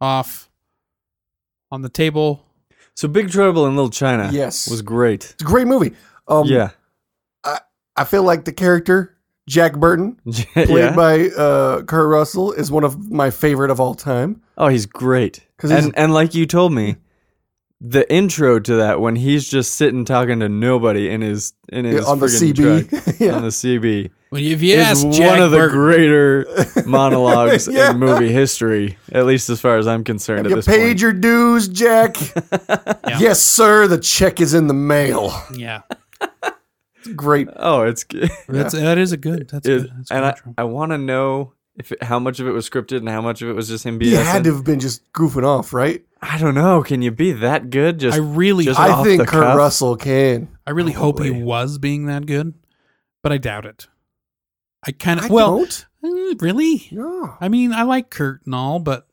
Speaker 2: off on the table.
Speaker 3: So Big Trouble in Little China.
Speaker 4: Yes.
Speaker 3: was great.
Speaker 4: It's a great movie. Um,
Speaker 3: yeah,
Speaker 4: I feel like the character Jack Burton, played
Speaker 3: yeah.
Speaker 4: by uh, Kurt Russell, is one of my favorite of all time.
Speaker 3: oh, he's great.
Speaker 4: 'Cause he's-
Speaker 3: and and like you told me, the intro to that when he's just sitting talking to nobody in his in his
Speaker 4: on the
Speaker 3: friggin'
Speaker 4: CB.
Speaker 3: truck,
Speaker 4: Yeah.
Speaker 3: on the CB.
Speaker 2: Well, if you
Speaker 3: is
Speaker 2: ask
Speaker 3: one
Speaker 2: Jack
Speaker 3: of the
Speaker 2: Burton-
Speaker 3: greater monologues
Speaker 4: Yeah.
Speaker 3: in movie history, at least as far as I'm concerned. At
Speaker 4: You
Speaker 3: this
Speaker 4: paid
Speaker 3: point,
Speaker 4: your dues, Jack. Yes, sir. The check is in the mail.
Speaker 2: yeah,
Speaker 4: Great.
Speaker 3: oh, it's g-
Speaker 2: that's that is a good. That's
Speaker 3: it-
Speaker 2: good. That's
Speaker 3: and I,
Speaker 2: good.
Speaker 3: I want to know if it, how much of it was scripted and how much of it was just him
Speaker 4: He
Speaker 3: being.
Speaker 4: had to have been just goofing off, right?
Speaker 3: I don't know. Can you be that good? Just
Speaker 2: I really,
Speaker 3: just-
Speaker 2: I,
Speaker 4: I
Speaker 3: off
Speaker 4: think
Speaker 3: the
Speaker 4: Kurt
Speaker 3: cuff?
Speaker 4: Russell can.
Speaker 2: I really hope he
Speaker 3: Probably.
Speaker 2: was being that good, but I doubt it. I kind
Speaker 4: I
Speaker 2: of well,
Speaker 4: don't.
Speaker 2: eh, really.
Speaker 4: No.
Speaker 2: I mean, I like Kurt and all, but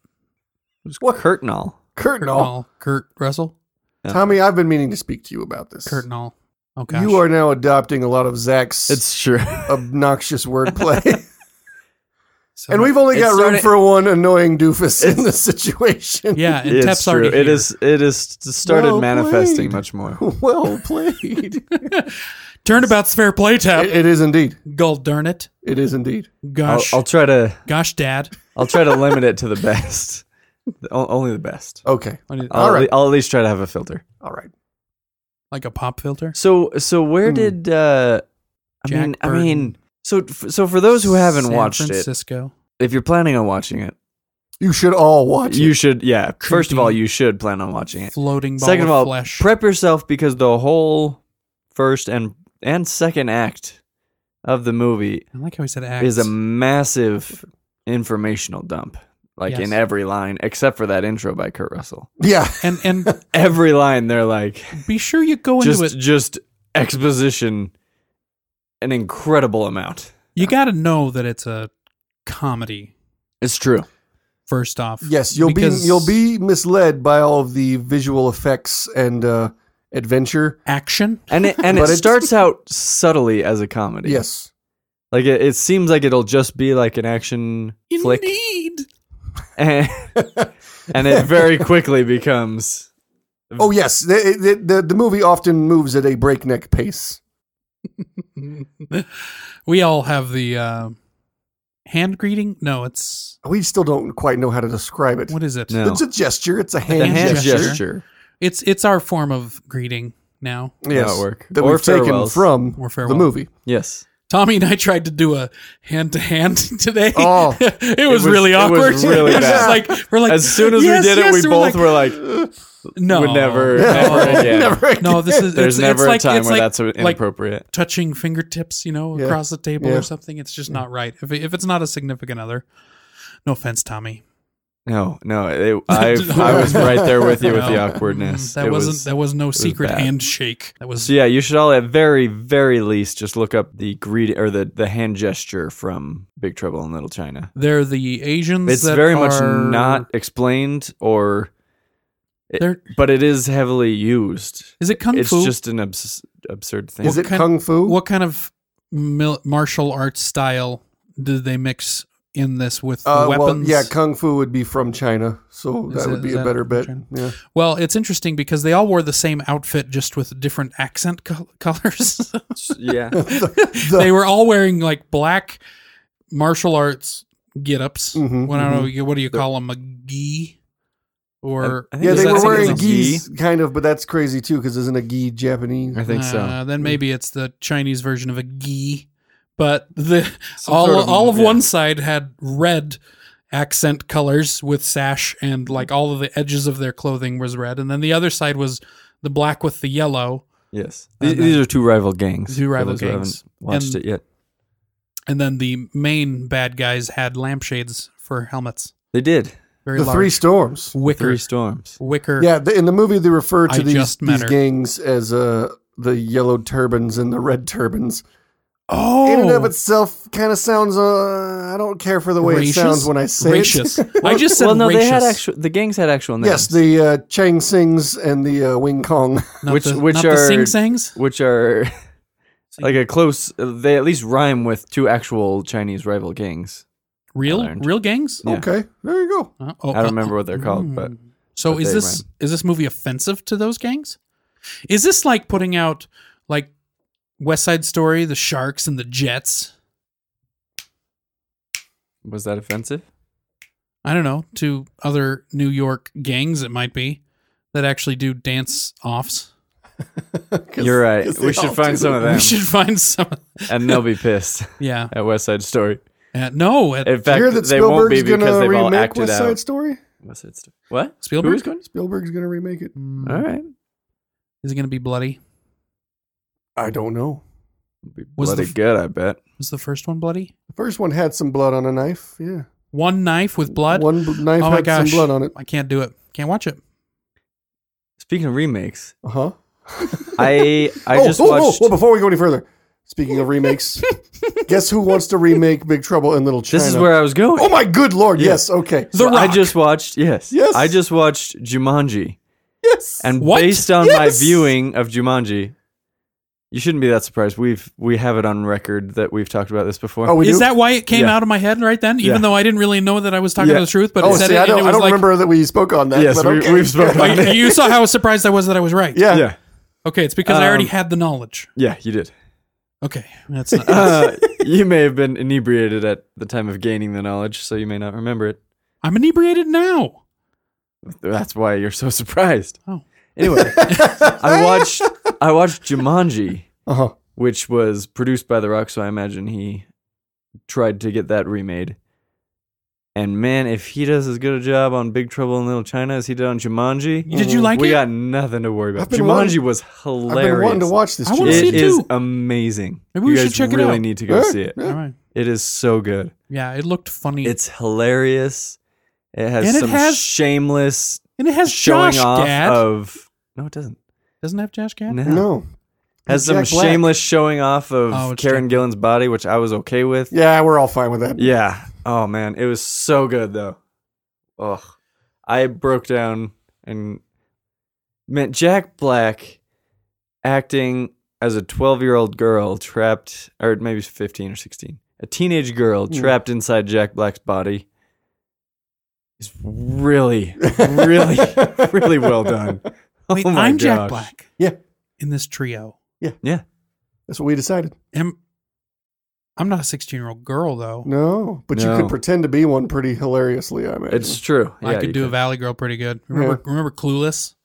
Speaker 3: what Kurt and all.
Speaker 4: Kurt,
Speaker 2: Kurt
Speaker 4: no.
Speaker 2: and all, Kurt Russell,
Speaker 3: Yeah.
Speaker 4: Tommy, I've been meaning to speak to you about this.
Speaker 2: Kurt and all. Oh gosh,
Speaker 4: You are now adopting a lot of Zach's
Speaker 3: It's true.
Speaker 4: obnoxious wordplay.
Speaker 2: So-
Speaker 4: and we've only
Speaker 3: It's
Speaker 4: got room
Speaker 3: starting-
Speaker 4: for one annoying doofus in this situation.
Speaker 2: yeah, and
Speaker 3: it's
Speaker 2: Tep's
Speaker 3: true.
Speaker 2: already.
Speaker 3: It
Speaker 2: here.
Speaker 3: is. It is started
Speaker 4: Well
Speaker 3: manifesting
Speaker 4: played.
Speaker 3: much more.
Speaker 4: well played.
Speaker 2: Turnabout's fair play, Tep.
Speaker 4: It- it is indeed.
Speaker 2: Gold darn it.
Speaker 4: It is indeed.
Speaker 3: I'll,
Speaker 2: Gosh,
Speaker 3: I'll try to.
Speaker 2: gosh, Dad.
Speaker 3: I'll try to limit it to the best. The- o- Only the best.
Speaker 4: Okay.
Speaker 3: I'll,
Speaker 4: All
Speaker 3: at
Speaker 4: right.
Speaker 3: le- I'll at least try to have a filter.
Speaker 4: All right.
Speaker 2: Like a pop filter.
Speaker 3: So so where
Speaker 4: Hmm.
Speaker 3: did uh I
Speaker 2: Jack
Speaker 3: mean I
Speaker 2: Burton.
Speaker 3: mean so f- so for those who haven't
Speaker 2: San
Speaker 3: watched it
Speaker 2: Francisco.
Speaker 3: if you're planning on watching it
Speaker 4: You should all watch
Speaker 3: you
Speaker 4: it.
Speaker 3: should yeah first of
Speaker 2: Creepy.
Speaker 3: all you should plan on watching it
Speaker 2: floating ball
Speaker 3: second
Speaker 2: of,
Speaker 3: of all
Speaker 2: flesh.
Speaker 3: prep yourself because the whole first and and second act of the movie
Speaker 2: I like how he said act.
Speaker 3: is a massive informational dump like
Speaker 2: Yes.
Speaker 3: in every line except for that intro by Kurt Russell
Speaker 4: Yeah.
Speaker 2: and and
Speaker 3: every line they're like
Speaker 2: be sure you go into
Speaker 3: just
Speaker 2: it.
Speaker 3: just exposition an incredible amount
Speaker 2: You got to know that it's a comedy
Speaker 3: it's true
Speaker 2: first off.
Speaker 4: Yes, you'll
Speaker 2: because
Speaker 4: be you'll be misled by all of the visual effects and uh, adventure.
Speaker 2: action.
Speaker 3: and it and
Speaker 4: But
Speaker 3: it
Speaker 4: it's-
Speaker 3: starts out subtly as a comedy.
Speaker 4: Yes,
Speaker 3: like it, it seems like it'll just be like an action flick,
Speaker 2: Indeed.
Speaker 3: and, and it very quickly becomes
Speaker 4: Oh yes, the, the the the movie often moves at a breakneck pace.
Speaker 2: we all have the uh, hand greeting. No, it's
Speaker 4: We still don't quite know how to describe it.
Speaker 2: what is it?
Speaker 3: No.
Speaker 4: It's a gesture. It's a hand,
Speaker 3: The hand
Speaker 4: gesture.
Speaker 3: gesture.
Speaker 2: It's it's our form of greeting now.
Speaker 4: Yes,
Speaker 3: That'll work.
Speaker 4: that
Speaker 3: Or
Speaker 4: we've
Speaker 3: farewells.
Speaker 4: taken
Speaker 2: Or
Speaker 4: from the
Speaker 2: farewell.
Speaker 4: movie.
Speaker 3: Yes.
Speaker 2: Tommy and I tried to do a hand to hand today.
Speaker 4: Oh,
Speaker 2: it, was
Speaker 3: was-
Speaker 2: really
Speaker 3: it was
Speaker 2: awkward.
Speaker 3: really
Speaker 2: just
Speaker 3: bad.
Speaker 2: like we're like
Speaker 3: As soon as
Speaker 2: "Yes,
Speaker 3: we did
Speaker 2: yes,"
Speaker 3: it,
Speaker 2: we're
Speaker 3: we both
Speaker 2: like,
Speaker 3: were like,
Speaker 2: no,
Speaker 3: would never,
Speaker 2: no,
Speaker 3: never again.
Speaker 4: Never again.
Speaker 2: No, this is
Speaker 3: There's
Speaker 2: it's,
Speaker 3: never
Speaker 2: it's
Speaker 3: a
Speaker 2: like,
Speaker 3: time
Speaker 2: it's
Speaker 3: where
Speaker 2: like,
Speaker 3: that's
Speaker 2: like
Speaker 3: inappropriate.
Speaker 2: touching fingertips, you know,
Speaker 4: Yeah.
Speaker 2: across the table
Speaker 4: Yeah.
Speaker 2: or something. It's just not right. If, if it's not a significant other, no offense, Tommy.
Speaker 3: no, no. It, I, I was right there with you with the
Speaker 2: No.
Speaker 3: awkwardness.
Speaker 2: Mm, That
Speaker 3: It
Speaker 2: wasn't.
Speaker 3: was-
Speaker 2: that was no secret
Speaker 3: bad.
Speaker 2: handshake. That was
Speaker 3: So yeah, you should all at very very least just look up the greet or the the hand gesture from Big Trouble in Little China.
Speaker 2: they're the Asians.
Speaker 3: It's
Speaker 2: that
Speaker 3: very much
Speaker 2: are-
Speaker 3: not explained or it-
Speaker 2: They're-
Speaker 3: but it is heavily used.
Speaker 2: Is it kung
Speaker 3: It's
Speaker 2: fu?
Speaker 3: just an abs- absurd thing.
Speaker 4: is it
Speaker 2: kind-
Speaker 4: kung fu?
Speaker 2: what kind of mil- martial arts style did they mix in this with the
Speaker 4: Uh, well,
Speaker 2: weapons?
Speaker 4: yeah, kung fu would be from China, so
Speaker 2: Is
Speaker 4: that
Speaker 2: it-
Speaker 4: would be
Speaker 2: is
Speaker 4: a
Speaker 2: that
Speaker 4: better
Speaker 2: from
Speaker 4: bet.
Speaker 2: China?
Speaker 4: Yeah.
Speaker 2: Well, it's interesting because they all wore the same outfit, just with different accent col- colors.
Speaker 3: yeah.
Speaker 2: they were all wearing like black martial arts get-ups.
Speaker 4: Mhm,
Speaker 2: What I don't know. What do you call them? A gi, or
Speaker 3: I think
Speaker 4: Yeah,
Speaker 3: Is
Speaker 4: they
Speaker 3: that
Speaker 4: were
Speaker 3: something
Speaker 4: wearing
Speaker 3: that's a gi?
Speaker 4: gis, kind of, but that's crazy too, because isn't a gi Japanese?
Speaker 3: I think so.
Speaker 2: Uh,
Speaker 4: Mm.
Speaker 2: then maybe it's the Chinese version of a gi, but the
Speaker 3: Some
Speaker 2: all
Speaker 3: sort of-
Speaker 2: all of
Speaker 3: yeah.
Speaker 2: one side had red accent colors with sash and like all of the edges of their clothing was red, and then the other side was the black with the yellow,
Speaker 3: Yes.
Speaker 2: And
Speaker 3: These,
Speaker 2: then-
Speaker 3: these are two rival gangs.
Speaker 2: Two
Speaker 3: for
Speaker 2: rival
Speaker 3: those who
Speaker 2: gangs.
Speaker 3: haven't watched
Speaker 2: And-
Speaker 3: it yet.
Speaker 2: and then the main bad guys had lampshades for helmets,
Speaker 3: They did.
Speaker 2: very
Speaker 4: The
Speaker 2: large
Speaker 4: three storms.
Speaker 2: wicker
Speaker 3: Three storms.
Speaker 2: wicker.
Speaker 4: Yeah, the, in the movie they refer to
Speaker 2: I
Speaker 4: these,
Speaker 2: just met
Speaker 4: these
Speaker 2: her.
Speaker 4: gangs as uh, the yellow turbans and the red turbans.
Speaker 2: Oh,
Speaker 4: In and of itself, kind of sounds. Uh, I don't care for the way
Speaker 2: Racious?
Speaker 4: it sounds when I say
Speaker 2: gracious.
Speaker 4: it.
Speaker 2: I just said
Speaker 3: well, no,
Speaker 2: gracious.
Speaker 3: they had actual. The gangs had actual names.
Speaker 4: yes, the uh, Chang Sings and the uh, Wing Kong.
Speaker 2: Not
Speaker 3: which-
Speaker 2: the,
Speaker 3: which
Speaker 2: not
Speaker 3: are-
Speaker 2: the sing sangs.
Speaker 3: which are like a close. They at least rhyme with two actual Chinese rival gangs.
Speaker 2: Real
Speaker 3: learned.
Speaker 2: real gangs.
Speaker 3: Yeah.
Speaker 4: Okay, there you go.
Speaker 2: Uh, oh,
Speaker 3: I don't
Speaker 2: uh,
Speaker 3: remember what they're called, but
Speaker 2: Mm. So
Speaker 3: but
Speaker 2: is
Speaker 3: they
Speaker 2: this is this movie offensive to those gangs? Is this like putting out like West Side Story, the Sharks and the Jets?
Speaker 3: was that offensive?
Speaker 2: I don't know to other New York gangs. It might be that actually do dance offs.
Speaker 4: 'Cause-
Speaker 3: You're right.
Speaker 4: 'cause they
Speaker 3: We should
Speaker 4: all
Speaker 3: find
Speaker 4: do.
Speaker 3: some of them,
Speaker 2: We should find some.
Speaker 3: and they'll be pissed
Speaker 2: Yeah,
Speaker 3: at West Side Story.
Speaker 2: Uh, no, at
Speaker 3: In
Speaker 4: You
Speaker 3: fact,
Speaker 4: hear that
Speaker 3: they won't be
Speaker 4: Spielberg's
Speaker 3: because
Speaker 4: gonna
Speaker 3: they've all
Speaker 4: remake
Speaker 3: acted
Speaker 4: West
Speaker 3: out.
Speaker 4: Side Story?
Speaker 3: West Side Story. What?
Speaker 2: Spielberg.
Speaker 3: Who's going?
Speaker 4: Spielberg's gonna remake it.
Speaker 2: Mm,
Speaker 3: All right.
Speaker 2: Is it going to be bloody?
Speaker 4: I don't know.
Speaker 3: Be
Speaker 2: Was the
Speaker 3: bloody
Speaker 2: f-
Speaker 3: good, I bet.
Speaker 2: Was the first one bloody?
Speaker 4: The first one had some blood on a knife. Yeah,
Speaker 2: One knife with blood.
Speaker 4: One b- knife
Speaker 2: oh my
Speaker 4: had
Speaker 2: gosh!
Speaker 4: some blood on it.
Speaker 2: I can't do it. Can't watch it.
Speaker 3: Speaking of remakes,
Speaker 4: Uh huh.
Speaker 3: I I just
Speaker 4: oh,
Speaker 3: watched.
Speaker 4: well, before we go any further, speaking of remakes, guess who wants to remake Big Trouble in Little China?
Speaker 3: this is where I was going.
Speaker 4: Oh my good lord!
Speaker 3: Yeah.
Speaker 4: Yes. Okay.
Speaker 2: The
Speaker 3: I
Speaker 2: Rock.
Speaker 3: just watched. Yes.
Speaker 4: Yes.
Speaker 3: I just watched Jumanji.
Speaker 4: Yes.
Speaker 3: And
Speaker 2: What?
Speaker 3: based on my
Speaker 4: Yes!
Speaker 3: viewing of Jumanji, you shouldn't be that surprised. We've we have it on record that we've talked about this before.
Speaker 4: oh, we
Speaker 2: is
Speaker 4: do.
Speaker 2: that why it came
Speaker 3: Yeah.
Speaker 2: out of my see, I don't- I don't remember that. But it said it, and it was like- Yeah. out of my head right then? Even
Speaker 3: Yeah.
Speaker 2: though I didn't really know that I was talking
Speaker 3: Yeah.
Speaker 2: the truth, but
Speaker 4: oh,
Speaker 2: it said
Speaker 4: see,
Speaker 2: it,
Speaker 4: I
Speaker 2: and
Speaker 4: don't,
Speaker 2: it
Speaker 4: I
Speaker 2: was
Speaker 4: don't
Speaker 2: like,
Speaker 4: remember that we spoke on that.
Speaker 3: Yes,
Speaker 4: but
Speaker 3: we-
Speaker 4: okay.
Speaker 3: we've spoken on
Speaker 2: Oh, you saw how surprised I was that I was right.
Speaker 4: Yeah.
Speaker 3: yeah,
Speaker 2: Okay, it's because I already
Speaker 3: Um,
Speaker 2: had the knowledge.
Speaker 3: yeah, you did.
Speaker 2: Okay, that's not.
Speaker 3: Uh, you may have been inebriated at the time of gaining the knowledge, so you may not remember it.
Speaker 2: I'm inebriated now.
Speaker 3: That's why you're so surprised.
Speaker 2: Oh.
Speaker 3: Anyway, I watched I watched Jumanji,
Speaker 4: Uh huh.
Speaker 3: which was produced by The Rock, so I imagine he tried to get that remade. And man, if he does as good a job on Big Trouble in Little China as he did on Jumanji,
Speaker 2: Did you like
Speaker 3: Mm, we
Speaker 2: it?
Speaker 3: got nothing to worry
Speaker 4: I've
Speaker 3: about.
Speaker 4: been
Speaker 3: Jumanji was
Speaker 4: I've been
Speaker 3: hilarious.
Speaker 4: wanting to watch this.
Speaker 2: I wanna
Speaker 4: Jumanji.
Speaker 2: see
Speaker 3: It
Speaker 2: it
Speaker 3: is
Speaker 2: too.
Speaker 3: amazing.
Speaker 2: Maybe we
Speaker 3: you guys
Speaker 2: should check it
Speaker 3: really
Speaker 2: out.
Speaker 3: need to go
Speaker 4: Yeah,
Speaker 3: see it.
Speaker 2: All right.
Speaker 3: It is so good.
Speaker 2: Yeah, it looked funny.
Speaker 3: It's hilarious. It has
Speaker 2: And it
Speaker 3: some
Speaker 2: has-
Speaker 3: shameless
Speaker 2: and it has
Speaker 3: showing
Speaker 2: Josh
Speaker 3: off
Speaker 2: Gad.
Speaker 3: of. No, it doesn't.
Speaker 2: Doesn't it have Josh Gad?
Speaker 3: No.
Speaker 4: No.
Speaker 3: Has some
Speaker 4: Jack Black.
Speaker 3: shameless showing off of
Speaker 2: Oh, it's
Speaker 3: Karen Gillan's body, which I was okay with.
Speaker 4: Yeah, we're all fine with that.
Speaker 3: Yeah. Oh man, it was so good though. Ugh. I broke down and man, Jack Black acting as a 12-year-old girl trapped or maybe 15 or 16. A teenage girl
Speaker 4: Hmm.
Speaker 3: trapped inside Jack Black's body is really really really well done.
Speaker 2: Wait,
Speaker 3: Oh my
Speaker 2: I'm Jack
Speaker 3: gosh.
Speaker 2: Black.
Speaker 4: Yeah.
Speaker 2: In this trio.
Speaker 4: That's what we decided.
Speaker 2: Am I'm not a 16 year old girl though.
Speaker 4: No, but you
Speaker 3: No.
Speaker 4: could pretend to be one pretty hilariously. I imagine.
Speaker 3: It's true.
Speaker 2: I
Speaker 3: Yeah,
Speaker 2: could
Speaker 3: you
Speaker 2: do a Valley Girl pretty good. Remember, remember Clueless?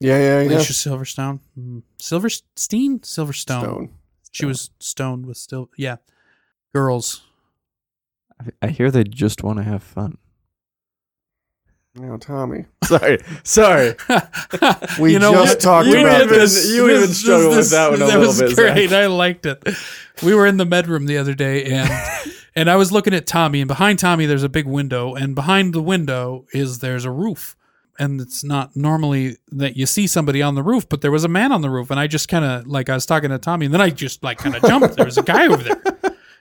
Speaker 4: yeah, yeah, yeah.
Speaker 2: Alicia Silverstone, Mm. Silverstein, Silverstone.
Speaker 4: Stone.
Speaker 2: She was stoned with still, yeah. Girls,
Speaker 3: I hear they just want to have fun.
Speaker 4: Now, Tommy.
Speaker 3: Sorry, sorry.
Speaker 4: We
Speaker 2: You know
Speaker 4: just
Speaker 2: what?
Speaker 4: talked
Speaker 3: You
Speaker 4: about
Speaker 3: even-
Speaker 4: this.
Speaker 3: you even struggled with that one a little
Speaker 2: was
Speaker 3: bit, Zach.
Speaker 2: Great, I liked it. We were in the med room the other day, and and I was looking at Tommy, and behind Tommy there's a big window, and behind the window is there's a roof, and it's not normally that you see somebody on the roof, but there was a man on the roof, and I just kind of like I was talking to Tommy, and then I just like kind of jumped. There was a guy over there,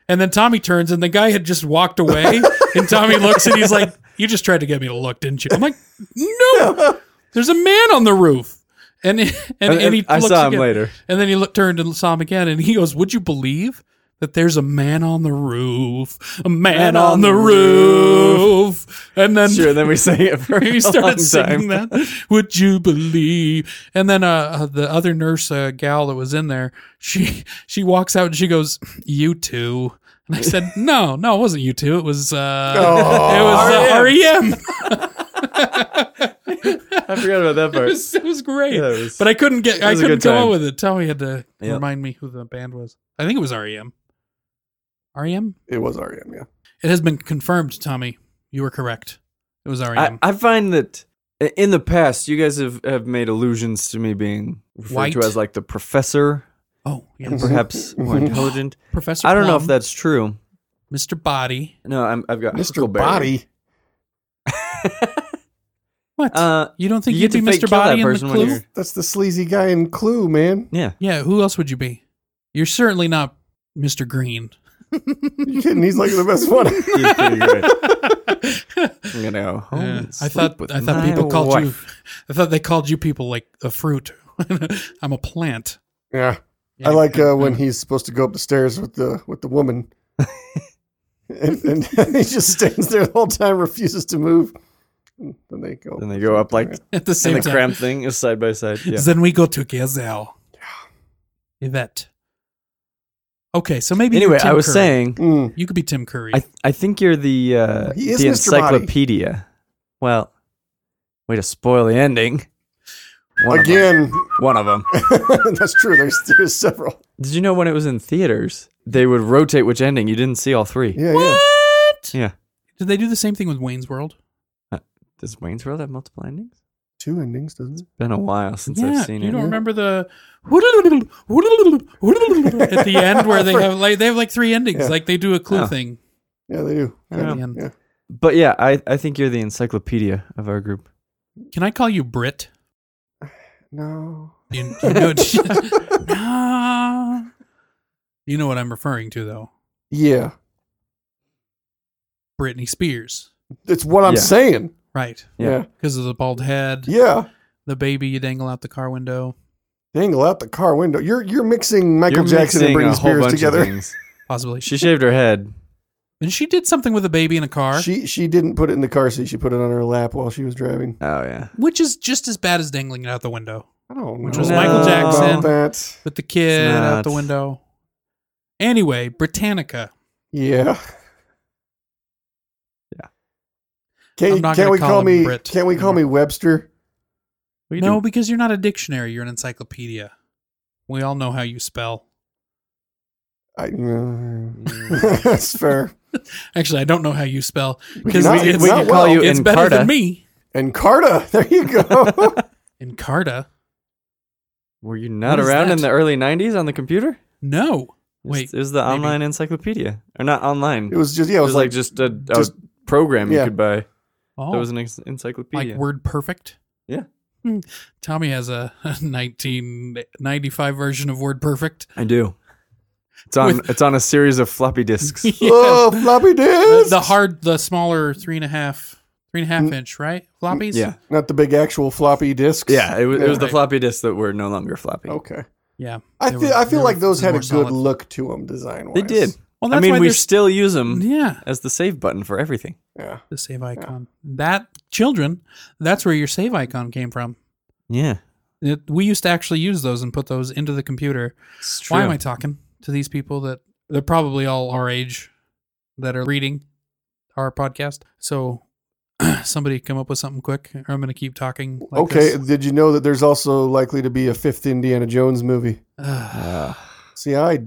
Speaker 2: and then Tommy turns, and the guy had just walked away, and Tommy looks, and he's like, "You just tried to get me to look, didn't you?" I'm like, "No." There's a man on the roof. And, and, and, he
Speaker 3: I
Speaker 2: looks
Speaker 3: saw him
Speaker 2: again.
Speaker 3: later.
Speaker 2: And then he looked, turned and saw him again, and he goes, "Would you believe that there's a man on the roof? A man on, the, roof. And then
Speaker 3: Sure. Then we sang it for
Speaker 2: he
Speaker 3: a long
Speaker 2: started singing
Speaker 3: time.
Speaker 2: that. Would you believe? And then uh, uh, the other nurse uh, gal that was in there, she she walks out and she goes, "You two. And I said, "No, no, it wasn't you two. It was uh,
Speaker 3: Oh.
Speaker 2: it
Speaker 4: Oh,
Speaker 2: was uh,
Speaker 3: E
Speaker 2: REM.
Speaker 3: I forgot about that
Speaker 2: it,
Speaker 3: part.
Speaker 2: was, it was great."
Speaker 3: Yeah, it was-
Speaker 2: But I couldn't get. I
Speaker 3: was a
Speaker 2: couldn't
Speaker 3: good
Speaker 2: go on
Speaker 3: time.
Speaker 2: with it. Tommy had to
Speaker 3: Yeah.
Speaker 2: remind me who the band was. I think it was E REM. REM.
Speaker 4: It was REM. Yeah.
Speaker 2: E It has been confirmed, Tommy. You were correct. It was E REM.
Speaker 3: I, I find that i- in the past, you guys have, have made allusions to me being referred
Speaker 2: White?
Speaker 3: to as like the professor,
Speaker 2: oh, yeah.
Speaker 4: Mhm.
Speaker 3: perhaps more
Speaker 4: Mhm.
Speaker 3: intelligent.
Speaker 2: Professor.
Speaker 3: I don't know if
Speaker 2: Plum,
Speaker 3: that's true.
Speaker 2: Mr. Body.
Speaker 3: No, I'm, I've got
Speaker 4: Mr.
Speaker 3: Huckleberry.
Speaker 4: Body.
Speaker 2: What?
Speaker 3: Uh,
Speaker 2: you don't think
Speaker 3: you
Speaker 2: you would be
Speaker 3: get to fake
Speaker 2: Mr.
Speaker 3: kill that
Speaker 2: Body in the
Speaker 3: person when
Speaker 2: clue?
Speaker 3: you're-
Speaker 4: That's the sleazy guy in Clue, man.
Speaker 3: yeah,
Speaker 2: Yeah. Who else would you be? You're certainly not Mr. Green.
Speaker 4: You kidding? He's like the best one.
Speaker 3: he's pretty great.
Speaker 2: Yeah,
Speaker 3: I'm gonna go home. and
Speaker 2: I
Speaker 3: Oh, sleep
Speaker 2: thought
Speaker 3: with
Speaker 2: I thought
Speaker 3: my
Speaker 2: people called you.
Speaker 3: wife.
Speaker 2: I thought they called you people like a fruit. I'm a plant.
Speaker 4: yeah. I like uh, when he's supposed to go up the stairs with the with the woman, and, and he just stands there the whole time, refuses to move. And Then they go.
Speaker 3: Then they go up like
Speaker 2: at the
Speaker 3: and
Speaker 2: same
Speaker 3: the
Speaker 2: time.
Speaker 3: cramp thing is side by side. Yeah.
Speaker 2: Then we go together. Yvette. Okay, so maybe you're
Speaker 3: Anyway,
Speaker 2: Tim
Speaker 3: I was
Speaker 2: Curry.
Speaker 3: saying,
Speaker 4: Mm.
Speaker 2: you could be Tim Curry.
Speaker 3: I th- I think you're the uh,
Speaker 4: Oh, He is
Speaker 3: the
Speaker 4: Mr. Body.
Speaker 3: encyclopedia. Well, way to spoil the ending. One of 'em.
Speaker 4: Again,
Speaker 3: one of them.
Speaker 4: that's true. There's there's several.
Speaker 3: Did you know when it was in theaters, they would rotate which ending? You didn't see all three.
Speaker 4: Yeah, yeah.
Speaker 3: Yeah.
Speaker 2: Did they do the same thing with Wayne's World?
Speaker 3: Does Wayne's World have multiple endings?
Speaker 4: Two endings, doesn't it?
Speaker 3: Been a while since
Speaker 2: yeah,
Speaker 3: I've seen
Speaker 2: you
Speaker 3: it.
Speaker 2: don't remember the at the end where they have like they have like three endings,
Speaker 4: Yeah.
Speaker 2: like they do a clue
Speaker 3: Oh.
Speaker 2: thing.
Speaker 4: Yeah, they do.
Speaker 3: I
Speaker 2: at the
Speaker 3: Yeah.
Speaker 2: end.
Speaker 4: Yeah.
Speaker 3: But yeah, I, I think you're the encyclopedia of our group.
Speaker 2: Can I call you Brit?
Speaker 4: No.
Speaker 2: Do You, do you know, Nah. you know what I'm referring to, though.
Speaker 4: Yeah,
Speaker 2: Britney Spears,
Speaker 4: that's what I'm
Speaker 3: Yeah.
Speaker 4: saying.
Speaker 2: right?
Speaker 4: Yeah,
Speaker 3: Yeah.
Speaker 2: Because of the bald head,
Speaker 4: yeah.
Speaker 2: the baby you dangle out the car window,
Speaker 4: Dangle out the car window. You're you're mixing Michael
Speaker 3: You're
Speaker 4: Jackson
Speaker 3: mixing
Speaker 4: and
Speaker 3: a
Speaker 4: Britney
Speaker 3: whole
Speaker 4: Spears
Speaker 3: bunch of
Speaker 4: together.
Speaker 3: things.
Speaker 2: possibly.
Speaker 3: She shaved her head.
Speaker 2: and she did something with a baby in a car,
Speaker 4: She she didn't put it in the car seat. She put it on her lap while she was driving.
Speaker 3: Oh yeah.
Speaker 2: which is just as bad as dangling it out the window
Speaker 4: I don't know.
Speaker 2: Which was
Speaker 3: Michael
Speaker 4: about
Speaker 2: Jackson.
Speaker 4: that.
Speaker 2: with the kid
Speaker 3: It's
Speaker 2: out
Speaker 3: not.
Speaker 2: the window. Anyway, Britannica.
Speaker 4: Yeah.
Speaker 3: Yeah.
Speaker 4: Can,
Speaker 2: I'm not
Speaker 4: can
Speaker 2: gonna
Speaker 4: we
Speaker 2: call
Speaker 4: call,
Speaker 2: him
Speaker 4: me?
Speaker 2: Brit
Speaker 4: Can we call me
Speaker 2: anymore.
Speaker 4: Webster?
Speaker 2: no, because you're not a dictionary. You're an encyclopedia. We all know how you spell.
Speaker 4: I, that's fair.
Speaker 2: Actually, I don't know how you spell
Speaker 4: Because
Speaker 2: we-
Speaker 3: we could call you
Speaker 2: it's better
Speaker 3: Encarta.
Speaker 2: than me.
Speaker 4: and Carta. There you go.
Speaker 2: Encarta.
Speaker 3: Were you not
Speaker 2: What is
Speaker 3: around in
Speaker 2: that?
Speaker 3: the early '90s on the computer?
Speaker 2: No. Wait.
Speaker 3: it was the
Speaker 2: maybe.
Speaker 3: online encyclopedia, or not online?
Speaker 4: it was just yeah. It
Speaker 3: It
Speaker 4: was, like,
Speaker 3: just a, a
Speaker 4: just-
Speaker 3: program
Speaker 4: yeah.
Speaker 3: you could buy.
Speaker 2: Oh,
Speaker 3: That was an ex-
Speaker 2: like
Speaker 3: encyclopedia.
Speaker 2: word perfect.
Speaker 3: Yeah.
Speaker 2: Hmm. Tommy has a 1995 version of Word Perfect.
Speaker 3: I do. It's on.
Speaker 2: With-
Speaker 3: it's on a series of floppy disks.
Speaker 4: oh floppy
Speaker 2: The,
Speaker 4: disk.
Speaker 2: the hard, the smaller three and a half, three and a half inch, right? Floppies.
Speaker 3: Mm. yeah,
Speaker 4: Not the big actual floppy disks.
Speaker 3: yeah. It was. It was the
Speaker 2: Right.
Speaker 3: floppy disks that were no longer floppy.
Speaker 4: Okay.
Speaker 2: Yeah.
Speaker 4: I
Speaker 2: They
Speaker 4: feel
Speaker 2: were-
Speaker 4: I
Speaker 2: they
Speaker 4: feel
Speaker 2: were
Speaker 4: like those had a
Speaker 2: more
Speaker 4: good
Speaker 2: solid.
Speaker 4: look to them design wise.
Speaker 3: They did.
Speaker 2: Well,
Speaker 3: I
Speaker 2: that's
Speaker 3: mean,
Speaker 2: why
Speaker 3: we
Speaker 2: there's-
Speaker 3: still use them
Speaker 2: Yeah.
Speaker 3: as the save button for everything.
Speaker 4: Yeah.
Speaker 2: The save icon. That children. That's where your save icon came from.
Speaker 3: Yeah.
Speaker 2: It, we used to actually use those and put those into the computer.
Speaker 3: It's
Speaker 2: Why am I talking to these people that they're probably all our age that are reading our podcast? So somebody come up with something quick, or I'm going to keep talking. Like this.
Speaker 4: okay, did you know that there's also likely to be a fifth Indiana Jones movie?
Speaker 2: Ugh.
Speaker 4: See, I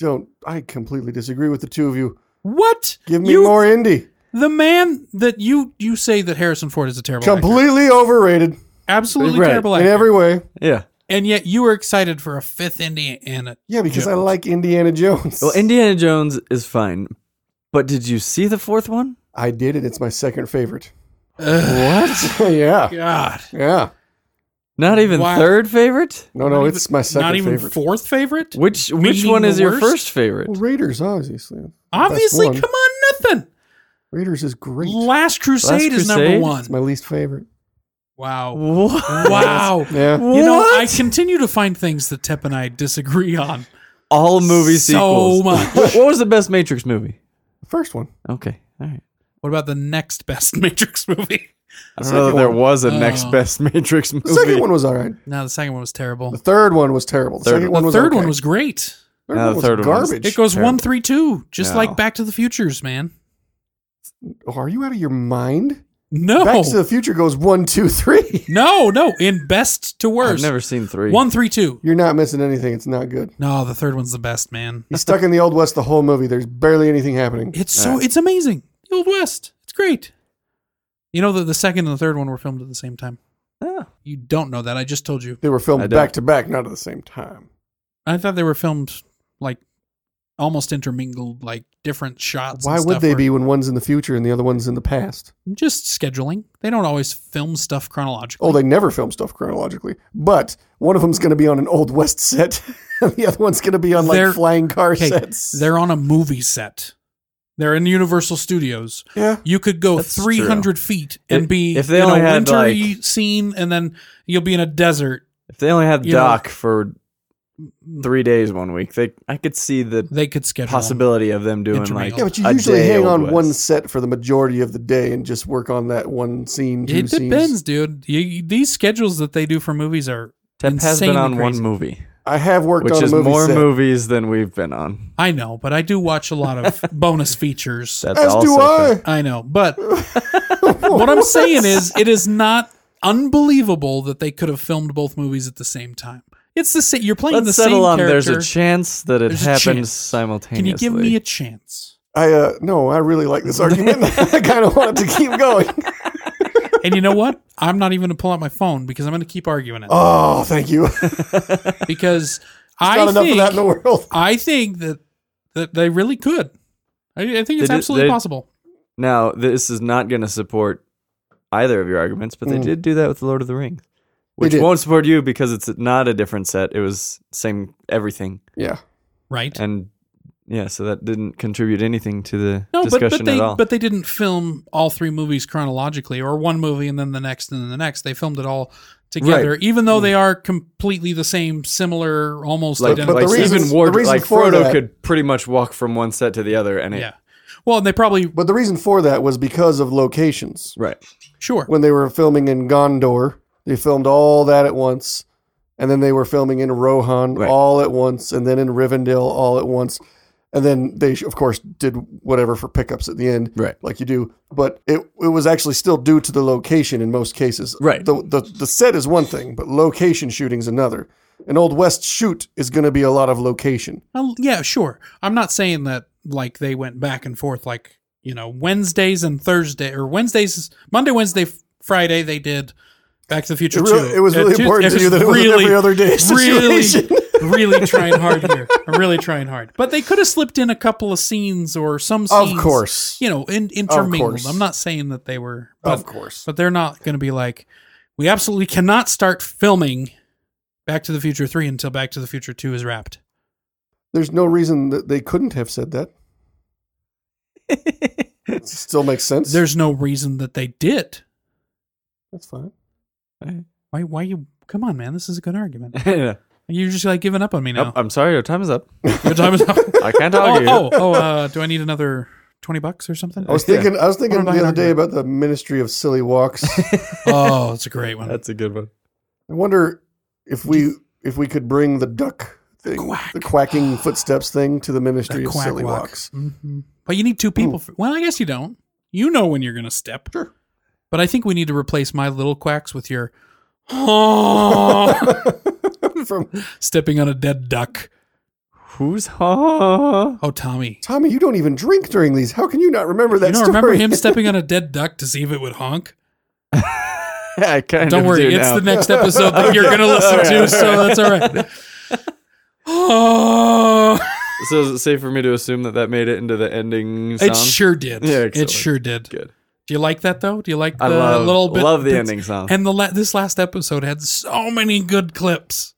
Speaker 4: don't. I completely disagree with the two of you.
Speaker 2: what?
Speaker 4: Give me
Speaker 2: You-
Speaker 4: more Indy.
Speaker 2: The man that you you say that Harrison Ford is a terrible actor,
Speaker 4: Completely overrated
Speaker 2: absolutely
Speaker 3: Right.
Speaker 2: terrible
Speaker 4: in
Speaker 2: actor,
Speaker 4: every way.
Speaker 3: yeah.
Speaker 2: and yet you were excited for a fifth Indiana.
Speaker 4: Yeah, because I like Indiana Jones.
Speaker 3: Well, Indiana Jones is fine, but did you see the fourth one?
Speaker 4: I did it. It's my second favorite.
Speaker 3: What?
Speaker 4: yeah,
Speaker 2: God,
Speaker 4: yeah.
Speaker 3: Not even
Speaker 2: Wow.
Speaker 3: third favorite.
Speaker 2: Not
Speaker 4: No, no,
Speaker 2: even-
Speaker 4: Oh, it's my second
Speaker 2: not even
Speaker 4: favorite.
Speaker 2: fourth favorite.
Speaker 3: Which
Speaker 2: Meaning
Speaker 3: which one
Speaker 2: the
Speaker 3: is your
Speaker 2: worst?
Speaker 3: first favorite?
Speaker 4: Well, Raiders, obviously. That's
Speaker 2: Obviously,
Speaker 4: one.
Speaker 2: come on, nothing.
Speaker 4: Raiders is great.
Speaker 2: Last Crusade, is number
Speaker 3: Crusade?
Speaker 2: one.
Speaker 4: It's my least favorite.
Speaker 2: Wow.
Speaker 3: What?
Speaker 2: Wow.
Speaker 4: Yeah.
Speaker 2: You know,
Speaker 3: What?
Speaker 2: I continue to find things that Tep and I disagree on
Speaker 3: All movie
Speaker 2: so
Speaker 3: sequels.
Speaker 2: much.
Speaker 3: What, what was the best Matrix movie?
Speaker 4: The first one.
Speaker 3: Okay, all right.
Speaker 2: What about the next best Matrix movie?
Speaker 3: I
Speaker 4: The
Speaker 3: don't know that
Speaker 4: second
Speaker 3: there
Speaker 4: one.
Speaker 3: was a
Speaker 2: Oh.
Speaker 3: next best Matrix movie.
Speaker 4: The second one was all right.
Speaker 2: No, the second one was terrible.
Speaker 4: The third one was terrible. The
Speaker 3: Third
Speaker 4: second
Speaker 2: The
Speaker 4: one was
Speaker 2: third
Speaker 4: okay.
Speaker 2: one was great.
Speaker 4: Third
Speaker 3: No,
Speaker 4: one
Speaker 3: the
Speaker 4: was
Speaker 3: third one was-
Speaker 4: garbage.
Speaker 2: It goes
Speaker 3: terrible.
Speaker 2: one, three, two, just
Speaker 3: No.
Speaker 2: like Back to the Futures, man.
Speaker 4: Oh, Are you out of your mind?
Speaker 2: No,
Speaker 4: Back to the Future goes one, two, three.
Speaker 2: no, no. In best to
Speaker 3: I've
Speaker 2: worst,
Speaker 3: never seen three.
Speaker 2: one, three, two.
Speaker 4: You're not missing anything. It's not good.
Speaker 2: No, the third one's the best, man.
Speaker 4: He's stuck in the old west the whole movie. There's barely anything happening.
Speaker 2: It's so it's amazing. The Old West, it's great. You know that the second and the third one were filmed at the same time.
Speaker 3: Ah.
Speaker 2: You don't know that. I just told you.
Speaker 4: They were
Speaker 3: I
Speaker 4: filmed
Speaker 3: don't.
Speaker 4: back to back, not at the same time.
Speaker 2: I thought they were filmed like almost intermingled, like different shots. and
Speaker 4: Why would
Speaker 2: stuff
Speaker 4: they
Speaker 2: were-
Speaker 4: be when one's in the future and the other one's in the past?
Speaker 2: Just scheduling. They don't always film stuff chronologically.
Speaker 4: Oh, they never film stuff chronologically. But one of them's going to be on an old west set, and the other one's going to be on like
Speaker 2: They're-
Speaker 4: flying car
Speaker 2: okay,
Speaker 4: sets.
Speaker 2: They're on a movie set. They're in Universal Studios.
Speaker 4: yeah,
Speaker 2: You could go
Speaker 3: That's
Speaker 2: 300 feet and
Speaker 3: If-
Speaker 2: be
Speaker 3: if they
Speaker 2: in
Speaker 3: only
Speaker 2: a
Speaker 3: had,
Speaker 2: wintry
Speaker 3: like-
Speaker 2: scene, and then you'll be in a desert.
Speaker 3: If they only had
Speaker 2: You know-
Speaker 3: Doc for three days one week, they I could see the
Speaker 2: They could schedule 'em.
Speaker 3: possibility of them doing like
Speaker 2: Intermingled.
Speaker 4: yeah, but you
Speaker 3: a
Speaker 4: usually
Speaker 3: day
Speaker 4: hang
Speaker 3: Old
Speaker 4: on
Speaker 3: West.
Speaker 4: one set for the majority of the day and just work on that one scene. Two
Speaker 2: It
Speaker 4: scenes.
Speaker 2: depends, dude. You- you- these schedules that they do for movies are
Speaker 3: Tep has been
Speaker 2: insanely
Speaker 3: on one
Speaker 2: crazy.
Speaker 3: movie,
Speaker 4: I have worked
Speaker 3: which
Speaker 4: on a
Speaker 3: is
Speaker 4: movie
Speaker 3: more
Speaker 4: set.
Speaker 3: movies than we've been on.
Speaker 2: I know, but I do watch a lot of bonus features.
Speaker 3: That's
Speaker 4: As do
Speaker 3: also
Speaker 4: I.
Speaker 2: I know, but what I'm saying is, it is not unbelievable that they could have filmed both movies at the same time. It's the same. You're playing
Speaker 3: Let's
Speaker 2: the
Speaker 3: settle
Speaker 2: same
Speaker 3: on.
Speaker 2: character.
Speaker 3: There's a chance that it
Speaker 2: There's a
Speaker 3: happens
Speaker 2: chance. Can
Speaker 3: simultaneously.
Speaker 2: you give me a chance?
Speaker 4: I uh, no, I really like this argument. I kind of want it to keep going.
Speaker 2: And you know what? I'm not even gonna pull out my phone because I'm gonna keep arguing it
Speaker 4: Oh, thank you. There's
Speaker 2: because I
Speaker 4: not enough
Speaker 2: think
Speaker 4: of that in the world.
Speaker 2: I think that that they really could. I, I think it's
Speaker 3: They did-
Speaker 2: absolutely
Speaker 3: they-
Speaker 2: possible.
Speaker 3: Now, this is not going to support either of your arguments, but they did do that with Lord of the Rings, which
Speaker 4: Mm. did.
Speaker 3: won't support you because it's not a different set. It was same everything,
Speaker 4: Yeah,
Speaker 2: Right?
Speaker 3: and yeah, so that didn't contribute anything to the
Speaker 2: No, but, but
Speaker 3: discussion
Speaker 2: they
Speaker 3: at all.
Speaker 2: but they didn't film all three movies chronologically, or one movie and then the next and then the next. They filmed it all together, even though they are completely the same, similar, almost
Speaker 3: Mm. like,
Speaker 2: identical.
Speaker 4: But the
Speaker 3: like
Speaker 4: reason-
Speaker 3: even
Speaker 4: the
Speaker 3: Ward,
Speaker 4: reason
Speaker 3: like
Speaker 4: for
Speaker 3: Frodo
Speaker 4: that-
Speaker 3: could pretty much walk from one set to the other, and it,
Speaker 2: yeah. Well, and they probably
Speaker 4: but the reason for that was because of locations.
Speaker 3: right.
Speaker 2: sure.
Speaker 4: When they were filming in Gondor, they filmed all that at once, and then they were filming in Rohan
Speaker 3: Right.
Speaker 4: all at once, and then in Rivendell all at once, and then they of course did whatever for pickups at the end,
Speaker 3: Right.
Speaker 4: Like you do, but it it was actually still due to the location in most cases,
Speaker 3: Right.
Speaker 4: The the, the set is one thing, but location shooting's another. An old west shoot is going to be a lot of location.
Speaker 2: Well, Um, yeah, sure. I'm not saying that like they went back and forth like you know Wednesdays and Thursday or Wednesdays Monday Wednesday f- Friday they did Back to the Future
Speaker 4: It really-
Speaker 2: two.
Speaker 4: it was
Speaker 2: Uh,
Speaker 4: really
Speaker 2: two-
Speaker 4: important to you that it was an every other day situation.
Speaker 2: Really, really trying hard here. I'm really trying hard. But they could have slipped in a couple of scenes or some
Speaker 4: Of
Speaker 2: scenes.
Speaker 4: course.
Speaker 2: You know, in, intermingled.
Speaker 4: course.
Speaker 2: I'm not saying that they were. But,
Speaker 4: of course,
Speaker 2: But they're not going to be like, we absolutely cannot start filming Back to the Future 3 until Back to the Future 2 is wrapped.
Speaker 4: there's no reason that they couldn't have said that. it still makes sense.
Speaker 2: There's no reason that they did.
Speaker 4: That's fine.
Speaker 2: Why? Why you? Come on, man. This is a good argument.
Speaker 3: Yeah.
Speaker 2: You're just like giving up on me
Speaker 3: Oh,
Speaker 2: now.
Speaker 3: I'm sorry, your time is up.
Speaker 2: Your time is up.
Speaker 3: I can't
Speaker 2: oh,
Speaker 3: argue.
Speaker 2: oh, oh. Uh, do I need another twenty bucks or something?
Speaker 4: I was
Speaker 3: Yeah.
Speaker 4: thinking. I was thinking
Speaker 2: What
Speaker 4: the
Speaker 2: about
Speaker 4: other
Speaker 2: an
Speaker 4: day about the Ministry of Silly Walks.
Speaker 2: Oh, it's a great one.
Speaker 3: That's a good one.
Speaker 4: I wonder if we if we could bring the duck thing,
Speaker 2: Quack.
Speaker 4: the quacking footsteps thing to the ministry
Speaker 2: The
Speaker 4: of
Speaker 2: quack
Speaker 4: silly
Speaker 2: walk.
Speaker 4: walks.
Speaker 2: Mhm. But you need two people. For, well, I guess you don't. You know when you're going to step.
Speaker 4: Sure.
Speaker 2: But I think we need to replace my little quacks with your oh,
Speaker 4: From
Speaker 2: stepping on a dead duck.
Speaker 3: Who's ha?
Speaker 2: Oh, Tommy.
Speaker 4: Tommy, you don't even drink during these. How can you not remember that
Speaker 2: you don't
Speaker 4: story?
Speaker 2: remember him stepping on a dead duck to see if it would honk?
Speaker 3: I kind
Speaker 2: Don't
Speaker 3: of
Speaker 2: worry,
Speaker 3: do
Speaker 2: it's
Speaker 3: now.
Speaker 2: the next episode that you're going to listen to, so that's all right. Oh,
Speaker 3: So is it safe for me to assume that that made it into the ending song?
Speaker 2: it sure did.
Speaker 3: Yeah,
Speaker 2: it
Speaker 3: excellent.
Speaker 2: sure did.
Speaker 3: Good.
Speaker 2: Do you like that though? Do you like the
Speaker 3: I love,
Speaker 2: little bit?
Speaker 3: love the
Speaker 2: bits?
Speaker 3: ending song.
Speaker 2: And the la- this last episode had so many good clips.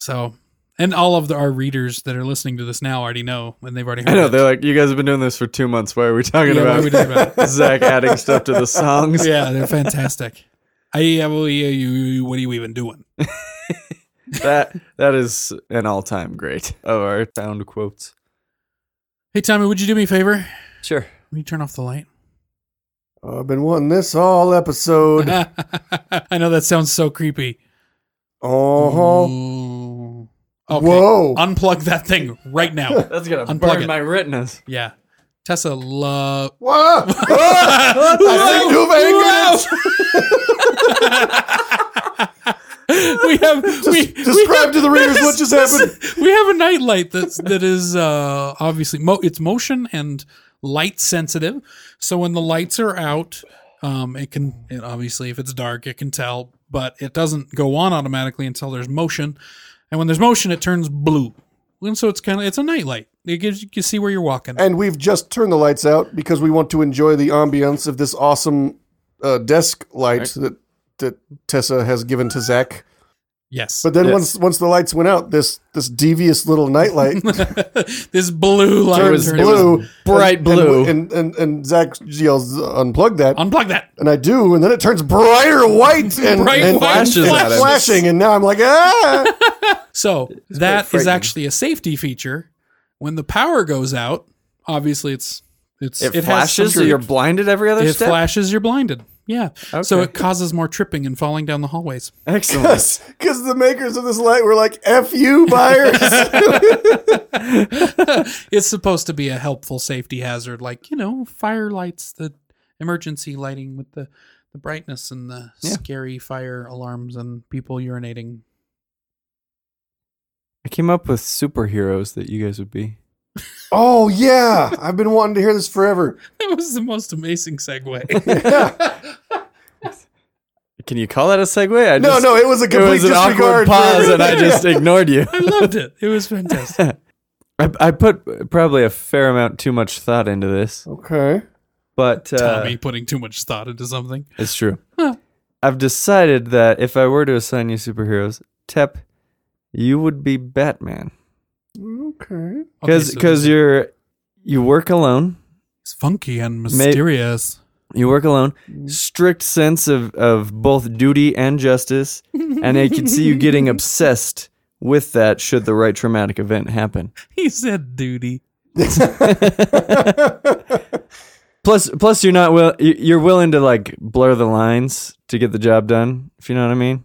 Speaker 2: So, and all of the, our readers that are listening to this now already know, and they've already heard.
Speaker 3: I know
Speaker 2: it.
Speaker 3: they're like, you guys have been doing this for two months. Why are we talking
Speaker 2: Yeah, why
Speaker 3: about,
Speaker 2: are we talking about
Speaker 3: Zach adding stuff to the songs?
Speaker 2: yeah, they're fantastic. I, yeah, well, yeah, you, you- what are you even doing?
Speaker 3: That that is an all time great of our sound quotes.
Speaker 2: Hey, Tommy, would you do me a favor?
Speaker 3: Sure.
Speaker 2: Will you turn off the light?
Speaker 4: I've been wanting this all episode.
Speaker 2: I know that sounds so creepy. Ooh.
Speaker 4: Oh,
Speaker 2: Mm. Okay.
Speaker 4: whoa!
Speaker 2: Unplug that thing right now.
Speaker 3: That's gonna
Speaker 2: Unplug
Speaker 3: burn
Speaker 2: it.
Speaker 3: my retinas.
Speaker 2: Yeah. Tessa love.
Speaker 4: Whoa! I think you've angered it.
Speaker 2: we have we,
Speaker 4: Describe to the readers what just happened.
Speaker 2: we have a nightlight that's that is uh obviously mo- it's motion and light sensitive so when the lights are out um it can it obviously if it's dark it can tell but it doesn't go on automatically until there's motion and when there's motion it turns blue and so it's kind of it's a nightlight it gives you, you see where you're walking
Speaker 4: And we've just turned the lights out because we want to enjoy the ambience of this awesome uh, desk light that that Tessa has given to Zach.
Speaker 2: yes
Speaker 4: But then
Speaker 3: Yes.
Speaker 4: once once the lights went out, this this devious little nightlight
Speaker 2: this blue light
Speaker 4: turns
Speaker 2: turns
Speaker 4: blue,
Speaker 3: bright
Speaker 4: and-
Speaker 3: blue.
Speaker 4: and and, and and Zach yells, "Unplug that!"
Speaker 2: unplug that
Speaker 4: and I do, and then it turns brighter white and,
Speaker 2: Bright
Speaker 4: and
Speaker 2: white
Speaker 4: flashes,
Speaker 3: flashes at
Speaker 4: and
Speaker 3: us.
Speaker 4: flashing, and now I'm like, ah!
Speaker 2: So that is
Speaker 3: frightening.
Speaker 2: actually a safety feature. When the power goes out, obviously it's it's
Speaker 3: It,
Speaker 2: has
Speaker 3: flashes,
Speaker 2: some
Speaker 3: so you're
Speaker 2: sort of-
Speaker 3: blinded every other
Speaker 2: it
Speaker 3: step.
Speaker 2: flashes, you're blinded. Yeah. So
Speaker 3: Okay.
Speaker 2: it causes more tripping and falling down the hallways.
Speaker 3: Excellent.
Speaker 4: Because the makers of this light were like, "F you, buyers."
Speaker 2: It's supposed to be a helpful safety hazard, like you know, fire lights, the emergency lighting with the the brightness and the
Speaker 3: Yeah.
Speaker 2: scary fire alarms and people urinating.
Speaker 3: I came up with superheroes that you guys would be.
Speaker 4: oh yeah, I've been wanting to hear this forever.
Speaker 2: That was the most amazing segue.
Speaker 3: Can you call that a segue? I
Speaker 4: No,
Speaker 3: just,
Speaker 4: no, it was a
Speaker 3: It
Speaker 4: complete
Speaker 3: was an awkward
Speaker 4: disregard for
Speaker 3: pause, and I
Speaker 4: everything.
Speaker 3: just ignored you.
Speaker 2: I loved it. It was fantastic.
Speaker 3: I, I put probably a fair amount too much thought into this,
Speaker 4: Okay.
Speaker 3: but uh,
Speaker 2: Tommy putting too much thought into something.
Speaker 3: It's true.
Speaker 2: Huh.
Speaker 3: I've decided that if I were to assign you superheroes, Tep, you would be Batman
Speaker 4: Okay.
Speaker 2: Okay,
Speaker 3: because
Speaker 2: so
Speaker 3: because you're you work alone.
Speaker 2: It's funky and mysterious.
Speaker 3: You work alone.
Speaker 2: Mm-hmm.
Speaker 3: Strict sense of of both duty and justice, and I could see you getting obsessed with that should the right traumatic event happen.
Speaker 2: He said duty.
Speaker 3: Plus, plus you're not will you- you're willing to like blur the lines to get the job done. If you know what I mean,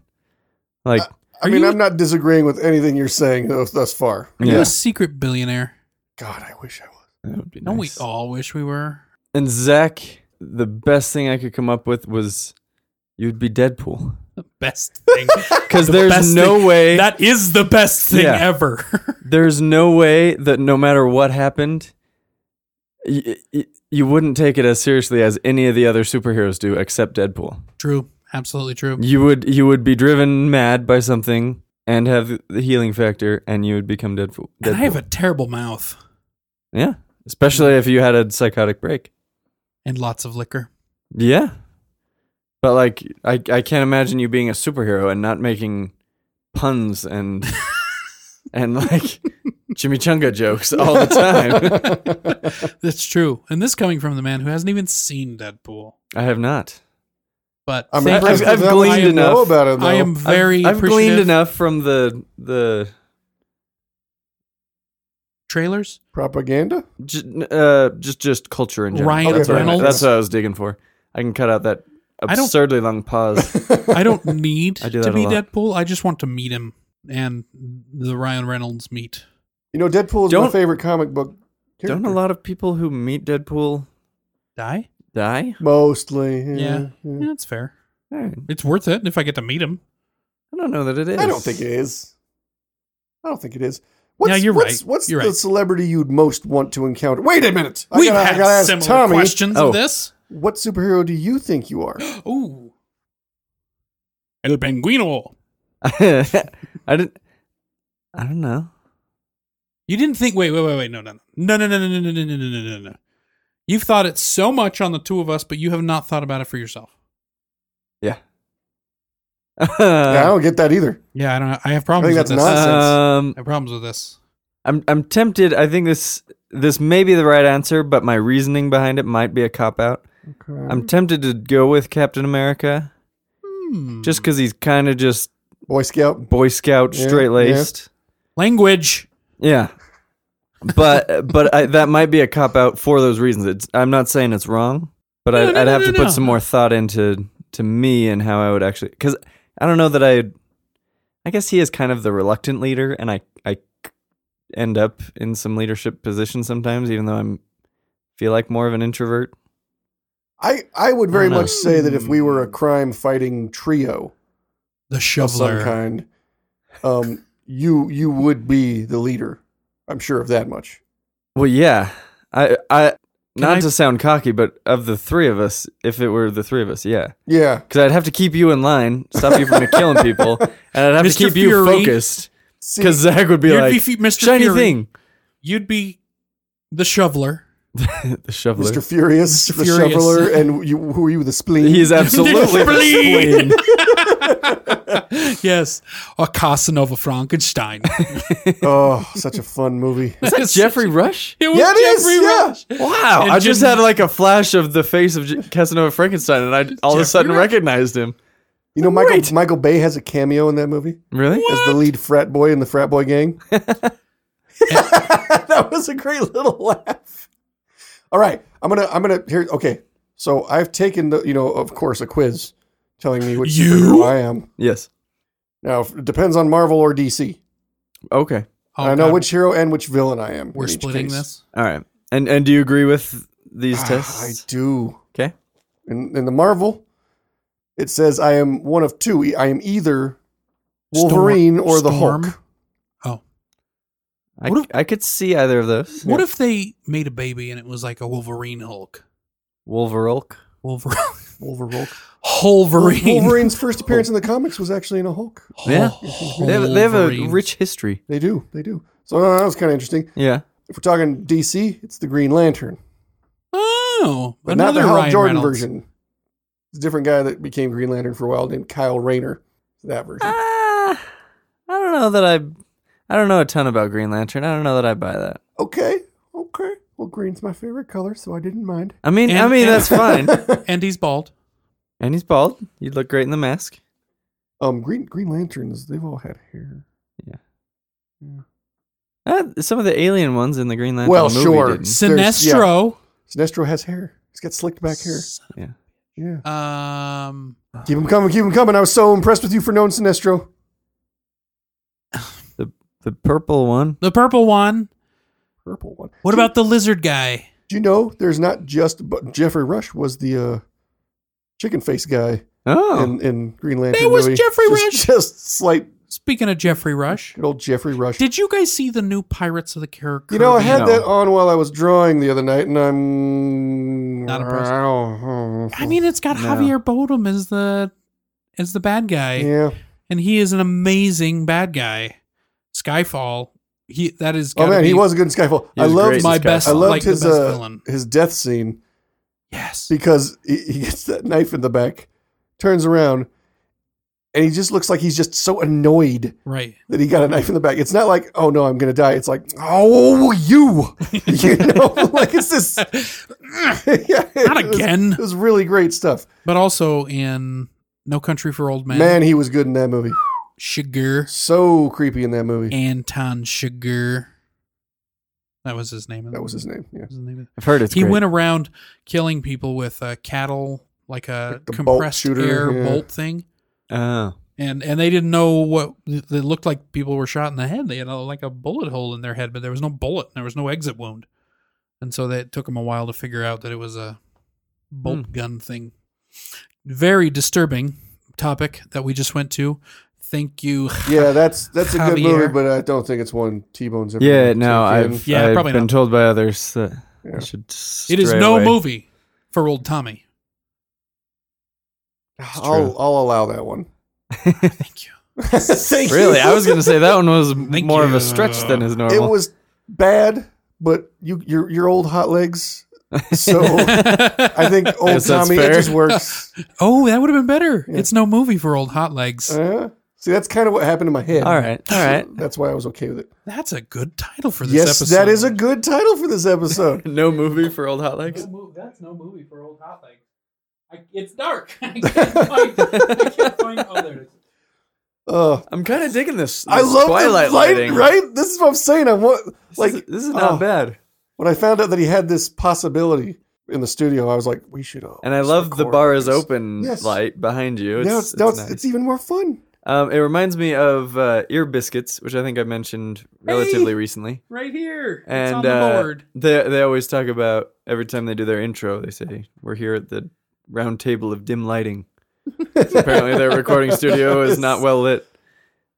Speaker 3: like
Speaker 2: Uh,
Speaker 4: I mean, I'm not disagreeing with anything you're saying thus, thus far.
Speaker 2: Are you
Speaker 3: Yeah.
Speaker 2: a secret billionaire?
Speaker 4: God, I wish I was.
Speaker 3: that would be
Speaker 2: Don't
Speaker 3: nice.
Speaker 2: we all wish we were?
Speaker 3: And Zach, the best thing I could come up with was you'd be Deadpool.
Speaker 2: The best thing.
Speaker 3: Because
Speaker 2: The
Speaker 3: there's
Speaker 2: best
Speaker 3: no
Speaker 2: thing-
Speaker 3: way
Speaker 2: that is the best thing
Speaker 3: Yeah.
Speaker 2: ever.
Speaker 3: there's no way that no matter what happened, y- y- you wouldn't take it as seriously as any of the other superheroes do, except Deadpool.
Speaker 2: true. Absolutely true.
Speaker 3: You would you would be driven mad by something and have the healing factor, and you would become Deadpool.
Speaker 2: And I have
Speaker 3: Deadpool.
Speaker 2: a terrible mouth
Speaker 3: yeah, especially if you had a psychotic break.
Speaker 2: and lots of liquor.
Speaker 3: Yeah. But like I I can't imagine you being a superhero and not making puns and and like chimichanga jokes all the time.
Speaker 2: That's true. And this coming from the man who hasn't even seen Deadpool.
Speaker 3: I have not.
Speaker 2: But
Speaker 4: I'm
Speaker 2: thank
Speaker 4: impressed
Speaker 2: you.
Speaker 3: I've- I've
Speaker 4: with how
Speaker 3: gleaned
Speaker 4: I know
Speaker 3: enough.
Speaker 4: about it. Though.
Speaker 2: I am
Speaker 3: I've-
Speaker 2: very
Speaker 3: I've, gleaned
Speaker 2: appreciative.
Speaker 3: enough from the the
Speaker 2: Trailers?
Speaker 4: propaganda.
Speaker 3: j- uh just just culture in general.
Speaker 2: Ryan
Speaker 3: that's, what I meant.
Speaker 2: Reynolds?
Speaker 3: That's what I was digging for. I can cut out that
Speaker 2: I don't-
Speaker 3: absurdly long pause.
Speaker 2: I don't need
Speaker 3: I do that
Speaker 2: to
Speaker 3: a
Speaker 2: be
Speaker 3: lot.
Speaker 2: Deadpool. I just want to meet him and the Ryan Reynolds meet.
Speaker 4: You know, Deadpool is my
Speaker 3: Don't-
Speaker 4: favorite comic book.
Speaker 3: don't a
Speaker 4: character.
Speaker 3: lot of people who meet Deadpool
Speaker 2: Die?
Speaker 3: die?
Speaker 4: Mostly.
Speaker 2: Yeah.
Speaker 3: Mm.
Speaker 2: Yeah, that's fair.
Speaker 3: All right.
Speaker 2: It's worth it if I get to meet him.
Speaker 3: I don't know that it is.
Speaker 4: I don't think it is. I don't think it is. What's,
Speaker 2: you're
Speaker 4: what's,
Speaker 2: right.
Speaker 4: What's
Speaker 2: You're
Speaker 4: the
Speaker 2: right.
Speaker 4: celebrity you'd most want to encounter? Wait a minute. I
Speaker 2: We've
Speaker 4: gotta, I
Speaker 2: had
Speaker 4: gotta ask
Speaker 2: similar
Speaker 4: Tommy,
Speaker 2: questions
Speaker 3: Oh.
Speaker 2: of this.
Speaker 4: What superhero do you think you are?
Speaker 2: Ooh. El Penguino.
Speaker 3: I didn't. I don't know.
Speaker 2: You didn't think wait, wait, wait, wait, no, no, no. No, no, no, no, no, no, no, no, no, no, no, no. You've thought it so much on the two of us, but you have not thought about it for yourself.
Speaker 3: Yeah. Uh,
Speaker 4: Yeah, I don't get that either.
Speaker 2: Yeah, I don't know. I have problems
Speaker 4: I
Speaker 2: with
Speaker 4: think
Speaker 2: this.
Speaker 4: that's nonsense.
Speaker 3: um,
Speaker 2: I have problems with this.
Speaker 3: I'm I'm tempted. I think this this may be the right answer, but my reasoning behind it might be a cop out. I'm tempted to go with Captain America
Speaker 2: Hmm.
Speaker 3: just because he's kind of just
Speaker 4: Boy Scout.
Speaker 3: Boy Scout,
Speaker 4: Yeah,
Speaker 3: straight laced.
Speaker 2: language.
Speaker 3: Yeah. But but I, that might be a cop out for those reasons. It's, I'm not saying it's wrong, but
Speaker 2: No,
Speaker 3: I'd,
Speaker 2: no,
Speaker 3: I'd
Speaker 2: no,
Speaker 3: have
Speaker 2: no,
Speaker 3: to
Speaker 2: no.
Speaker 3: put some more thought into to me and how I would actually because I don't know that I. I guess he is kind of the reluctant leader, and I I end up in some leadership positions sometimes, even though I'm feel like more of an introvert.
Speaker 4: I, I would very
Speaker 3: I don't know.
Speaker 4: much say that if we were a crime fighting trio
Speaker 2: The
Speaker 4: of some
Speaker 2: shoveler.
Speaker 4: kind, um, you you would be the leader. I'm sure of that much.
Speaker 3: Well, yeah, I I not
Speaker 2: I-
Speaker 3: to sound cocky, but of the three of us, if it were the three of us, yeah,
Speaker 4: Yeah.
Speaker 3: Because I'd have to keep you in line, stop you from killing people, and I'd have
Speaker 2: Mr.
Speaker 3: to keep
Speaker 2: Fury.
Speaker 3: you focused.
Speaker 4: See,
Speaker 3: Because Zach would be
Speaker 2: You'd
Speaker 3: like,
Speaker 2: be fe- Mr.
Speaker 3: shiny
Speaker 2: Fury.
Speaker 3: thing.
Speaker 2: You'd be the shoveler.
Speaker 3: The shoveler.
Speaker 4: Mr. Furious,
Speaker 2: Mr.
Speaker 4: the
Speaker 2: Furious.
Speaker 4: shoveler, and you, who are you? The spleen.
Speaker 3: He's absolutely
Speaker 2: Spleen.
Speaker 3: the spleen.
Speaker 2: yes, or Casanova Frankenstein.
Speaker 4: oh, such a fun movie.
Speaker 3: Is that Jeffrey Rush?
Speaker 2: It was
Speaker 4: Yeah, it is,
Speaker 2: Jeffrey
Speaker 4: yeah.
Speaker 2: Rush.
Speaker 3: Wow.
Speaker 2: And
Speaker 3: I just
Speaker 2: Jim-
Speaker 3: had like a flash of the face of J- Casanova Frankenstein, and I all of a
Speaker 2: Jeffrey
Speaker 3: sudden
Speaker 2: Rush.
Speaker 3: recognized him.
Speaker 4: You know, Michael
Speaker 3: Great.
Speaker 4: Michael Bay has a cameo in that movie
Speaker 3: Really?
Speaker 4: as the lead frat boy in the frat boy gang. that was a great little laugh. All right, I'm gonna I'm gonna here. Okay, so I've taken the you know of course a quiz telling me which
Speaker 2: You?
Speaker 4: superhero I am.
Speaker 3: Yes.
Speaker 4: Now it depends on Marvel or DC.
Speaker 3: Okay.
Speaker 2: Oh,
Speaker 4: I know
Speaker 2: God.
Speaker 4: which hero and which villain I am.
Speaker 2: We're
Speaker 4: in each
Speaker 2: splitting
Speaker 4: case.
Speaker 2: this.
Speaker 3: All right. And and do you agree with these
Speaker 4: Ah, I
Speaker 3: tests?
Speaker 4: do.
Speaker 3: Okay.
Speaker 4: In, in the Marvel, it says I am one of two. E- I am either
Speaker 2: Storm-
Speaker 4: Wolverine or the
Speaker 2: Storm?
Speaker 4: Hulk.
Speaker 2: Oh,
Speaker 3: I,
Speaker 2: What if-
Speaker 3: I could see either of those.
Speaker 2: what if they made a baby and it was like a Wolverine Hulk?
Speaker 3: Wolverulk.
Speaker 2: Wolverine.
Speaker 4: Wolverine.
Speaker 2: Wolverine. Oh.
Speaker 4: Wolverine's first appearance in the comics was actually in a Hulk.
Speaker 3: Yeah.
Speaker 2: Hulk.
Speaker 3: They have, they have a
Speaker 2: Wolverine.
Speaker 3: rich history.
Speaker 4: They do. They do. So uh, that was kind of interesting.
Speaker 3: Yeah.
Speaker 4: If we're talking DC, it's the Green Lantern,
Speaker 2: Oh,
Speaker 4: but
Speaker 2: another
Speaker 4: not the Hal
Speaker 2: Ryan
Speaker 4: Jordan
Speaker 2: Reynolds.
Speaker 4: version. It's a different guy that became Green Lantern for a while named Kyle Rayner. That version.
Speaker 3: Ah, I don't know that I. I don't know a ton about Green Lantern. I don't know that I buy that.
Speaker 4: Okay. Okay. Well, green's my favorite color, so I didn't mind.
Speaker 3: I mean, I
Speaker 2: And-
Speaker 3: mean
Speaker 2: and-
Speaker 3: that's fine.
Speaker 2: And he's bald.
Speaker 3: and he's bald. You'd look great in the mask.
Speaker 4: Um, Green Green Lanterns, they've all had hair.
Speaker 3: Uh, some of the alien ones in the Green Lantern
Speaker 4: Well,
Speaker 3: movie
Speaker 4: sure.
Speaker 3: didn't.
Speaker 4: There's- yeah.
Speaker 2: Sinestro.
Speaker 4: Sinestro has hair. He's got slicked back hair. Yeah.
Speaker 2: Um,
Speaker 4: Keep him coming. Keep him coming. I was so impressed with you for knowing Sinestro.
Speaker 3: The purple one.
Speaker 2: the purple one.
Speaker 4: Purple one.
Speaker 2: What
Speaker 4: Do-
Speaker 2: about the lizard guy?
Speaker 4: Do you know there's not just but Jeffrey Rush was the uh, chicken face guy
Speaker 3: Oh,
Speaker 4: in, in Green Lantern.
Speaker 2: That was
Speaker 4: movie.
Speaker 2: Jeffrey
Speaker 4: Just-
Speaker 2: Rush.
Speaker 4: Just slight
Speaker 2: Speaking of Jeffrey Rush,
Speaker 4: good old Jeffrey Rush.
Speaker 2: did you guys see the new Pirates of the Caribbean?
Speaker 4: you know, I had
Speaker 3: No.
Speaker 4: that on while I was drawing the other night, and I'm
Speaker 2: Not impressed.
Speaker 4: I don't-
Speaker 2: I mean, it's got
Speaker 3: No.
Speaker 2: Javier Bardem as the as the bad guy,
Speaker 4: yeah. Oh,
Speaker 2: and he is an amazing bad guy. Skyfall. He that is.
Speaker 4: Oh
Speaker 2: gotta
Speaker 4: man, he
Speaker 2: be
Speaker 4: was good in Skyfall.
Speaker 3: He
Speaker 4: I
Speaker 3: was
Speaker 4: loved
Speaker 3: great in
Speaker 2: my
Speaker 3: Skyfall.
Speaker 2: best.
Speaker 4: I loved
Speaker 2: like,
Speaker 4: his
Speaker 2: the best
Speaker 4: uh,
Speaker 2: villain.
Speaker 4: his death scene
Speaker 2: Yes.
Speaker 4: because he, he gets that knife in the back, turns around, and he just looks like he's just so annoyed
Speaker 2: Right.
Speaker 4: that he got a knife in the back. It's not like, oh no, I'm gonna die. It's like, oh you, you know, like it's this. yeah, it
Speaker 2: Not
Speaker 4: was-
Speaker 2: again.
Speaker 4: It was really great stuff.
Speaker 2: But also in No Country for Old Men,
Speaker 4: Man. he was good in that movie.
Speaker 2: Sugar.
Speaker 4: So creepy in that movie.
Speaker 2: Anton Sugar. That was his name.
Speaker 4: That was his name. Yeah.
Speaker 2: That was his name.
Speaker 3: I've heard it's.
Speaker 2: He
Speaker 3: great.
Speaker 2: went around killing people with uh, cattle like a
Speaker 4: Like the bolt
Speaker 2: compressed
Speaker 4: shooter,
Speaker 2: air
Speaker 4: yeah.
Speaker 2: bolt thing,
Speaker 3: Oh.
Speaker 2: and and they didn't know what it looked like. People were shot in the head. They had a, like a bullet hole in their head, but there was no bullet. And there was no exit wound, and so that it took them a while to figure out that it was a
Speaker 4: Hmm.
Speaker 2: bolt gun thing. Very disturbing topic that we just went to. Thank you.
Speaker 4: Yeah, that's that's a good
Speaker 2: Javier.
Speaker 4: movie, but I don't think it's one T Bone's ever.
Speaker 3: Yeah,
Speaker 4: taken
Speaker 3: no,
Speaker 4: in.
Speaker 3: I've,
Speaker 2: Yeah,
Speaker 3: I've
Speaker 2: probably
Speaker 3: been
Speaker 2: not.
Speaker 3: told by others that
Speaker 4: Yeah.
Speaker 3: I should.
Speaker 2: It is
Speaker 3: stray
Speaker 2: no
Speaker 3: away.
Speaker 2: movie for old Tommy.
Speaker 4: I'll I'll allow that one.
Speaker 2: Thank you.
Speaker 4: Thank you.
Speaker 3: Really, I was going to say that one was more of
Speaker 2: you.
Speaker 3: a stretch than is
Speaker 4: It
Speaker 3: normal.
Speaker 4: was bad, but you your your old hot legs. So I think old
Speaker 3: Guess that's
Speaker 4: Tommy it
Speaker 3: fair.
Speaker 4: just works.
Speaker 2: Oh, that would have been better.
Speaker 4: Yeah.
Speaker 2: It's no movie for old hot legs.
Speaker 4: Uh, see, that's kind of what happened in my head.
Speaker 3: all right, all right.
Speaker 4: That's why I was okay with it.
Speaker 2: That's a good title for this
Speaker 4: Yes,
Speaker 2: episode.
Speaker 4: that is a good title for this episode.
Speaker 3: No movie for old hot legs.
Speaker 2: that's no movie for old hot legs. I, it's dark. I can't find. I can't find others.
Speaker 4: Uh,
Speaker 3: I'm kind of digging this.
Speaker 4: I
Speaker 3: this
Speaker 4: love
Speaker 3: Twilight
Speaker 4: the light,
Speaker 3: lighting.
Speaker 4: right? This is what I'm saying. I want
Speaker 3: This
Speaker 4: like
Speaker 3: is- this is not
Speaker 4: oh.
Speaker 3: bad.
Speaker 4: when I found out that he had this possibility in the studio, I was like, we should.
Speaker 3: And I love the bar is open
Speaker 4: Yes.
Speaker 3: light behind you. It's,
Speaker 4: Now it's, now it's,
Speaker 3: nice.
Speaker 4: it's even more fun.
Speaker 3: um, it reminds me of uh, ear biscuits, which I think I mentioned relatively
Speaker 2: Hey!
Speaker 3: recently.
Speaker 2: Right here.
Speaker 3: And
Speaker 2: it's on the
Speaker 3: uh,
Speaker 2: board.
Speaker 3: they they always talk about every time they do their intro, they say we're here at the round table of dim lighting. so apparently, their recording studio is not well lit.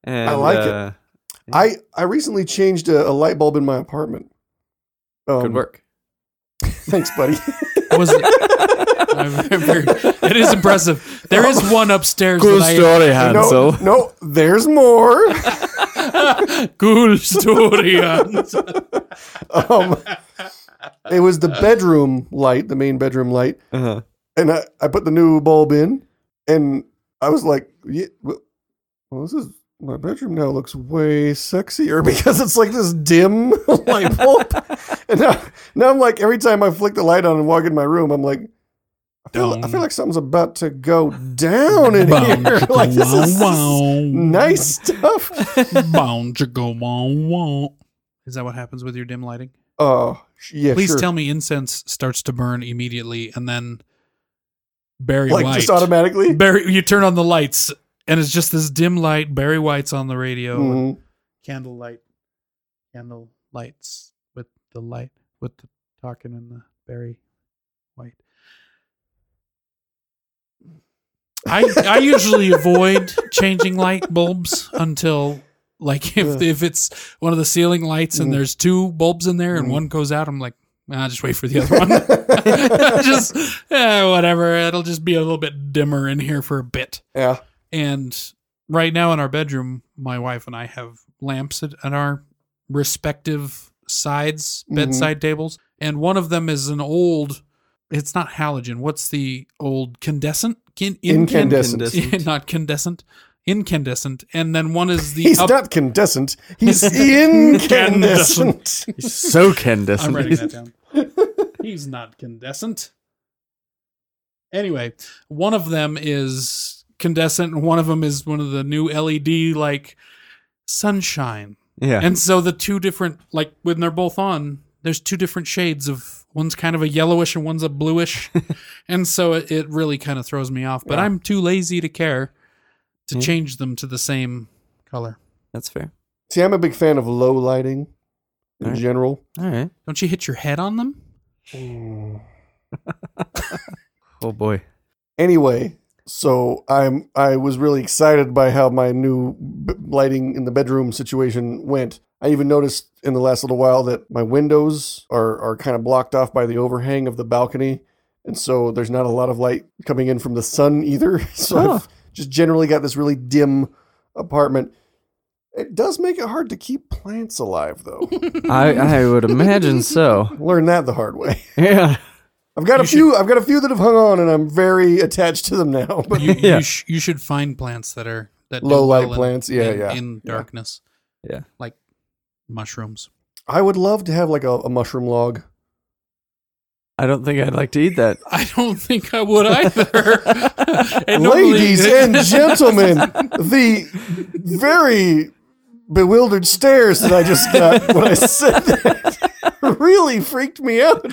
Speaker 3: And,
Speaker 4: like it.
Speaker 3: uh,
Speaker 4: I I recently changed a, a light bulb in my apartment. Um,
Speaker 3: Good work.
Speaker 4: Thanks, buddy.
Speaker 2: I was. I'm very- it is impressive. There is one upstairs. that
Speaker 4: no, no, there's more. Um,
Speaker 2: I, cool story. Uh, Hans.
Speaker 4: um, it was the bedroom light, the main bedroom light,
Speaker 3: Uh-huh.
Speaker 4: and I, I put the new bulb in, and I was like, yeah, well, well, this is my bedroom now looks way sexier because it's like this dim light bulb, and now, now I'm like every time I flick the light on and walk in my room, I'm like. I feel, I
Speaker 2: Dong.
Speaker 4: feel like something's about to go down in here. like this is nice stuff.
Speaker 2: Is that what happens with your dim lighting?
Speaker 4: Oh, sh- yeah.
Speaker 2: Please
Speaker 4: sure.
Speaker 2: tell me incense starts to burn immediately and then Barry
Speaker 4: like
Speaker 2: White.
Speaker 4: just automatically.
Speaker 2: Barry, you turn on the lights and it's just this dim light. Barry White's on the radio.
Speaker 4: Mhm.
Speaker 2: Candle light. Candle lights with the light, with the talking and the Barry White. I, I usually avoid changing light bulbs until like if
Speaker 4: Yeah.
Speaker 2: if it's one of the ceiling lights and
Speaker 4: Mm.
Speaker 2: there's two bulbs in there and
Speaker 4: Mm.
Speaker 2: one goes out, I'm like, I'll just wait for the other one. just eh, whatever. It'll just be a little bit dimmer in here for a bit.
Speaker 4: yeah.
Speaker 2: And right now in our bedroom, my wife and I have lamps at, at our respective sides,
Speaker 4: Mhm.
Speaker 2: bedside tables. And one of them is an old, it's not halogen. What's the old condescent? Kin-
Speaker 4: Incandescent.
Speaker 3: Incandescent.
Speaker 2: not condescent. Incandescent. And then one is the
Speaker 4: He's
Speaker 2: up-
Speaker 4: not condescent. He's incandescent.
Speaker 3: He's so candid.
Speaker 2: I'm writing that down. He's not condescent. Anyway, one of them is condescent, and one of them is one of the new LED like sunshine.
Speaker 3: Yeah.
Speaker 2: And so the two different like when they're both on, there's two different shades of one's kind of a yellowish and one's a bluish, and so it, it really kind of throws me off. But I'm too lazy to care to
Speaker 3: Yeah.
Speaker 2: change them to the same color.
Speaker 3: That's fair.
Speaker 4: See, I'm a big fan of low lighting in
Speaker 3: Alright.
Speaker 4: general.
Speaker 3: All right.
Speaker 2: Don't you hit your head on them?
Speaker 3: Oh boy.
Speaker 4: Anyway, so I'm I was really excited by how my new b- lighting in the bedroom situation went. I even noticed in the last little while that my windows are are kind of blocked off by the overhang of the balcony, and so there's not a lot of light coming in from the sun either. So I've just generally got this really dim apartment. It does make it hard to keep plants alive, though.
Speaker 3: I I would imagine so.
Speaker 4: Learned that the hard way.
Speaker 3: Yeah.
Speaker 4: I've got a
Speaker 2: You
Speaker 4: few. I've got a few that have hung on, and I'm very attached to them now. But
Speaker 2: you,
Speaker 3: Yeah.
Speaker 2: you, sh- you should find plants that are that do
Speaker 4: Low light
Speaker 2: well in-
Speaker 4: plants, yeah,
Speaker 2: in,
Speaker 4: yeah,
Speaker 2: in
Speaker 4: yeah.
Speaker 2: darkness,
Speaker 3: Yeah.
Speaker 2: like mushrooms.
Speaker 4: I would love to have like a, a mushroom log.
Speaker 3: I don't think I'd like to eat that.
Speaker 2: I don't think I would either. And normally-
Speaker 4: Ladies and gentlemen, the very bewildered stares that I just got when I said that really freaked me out.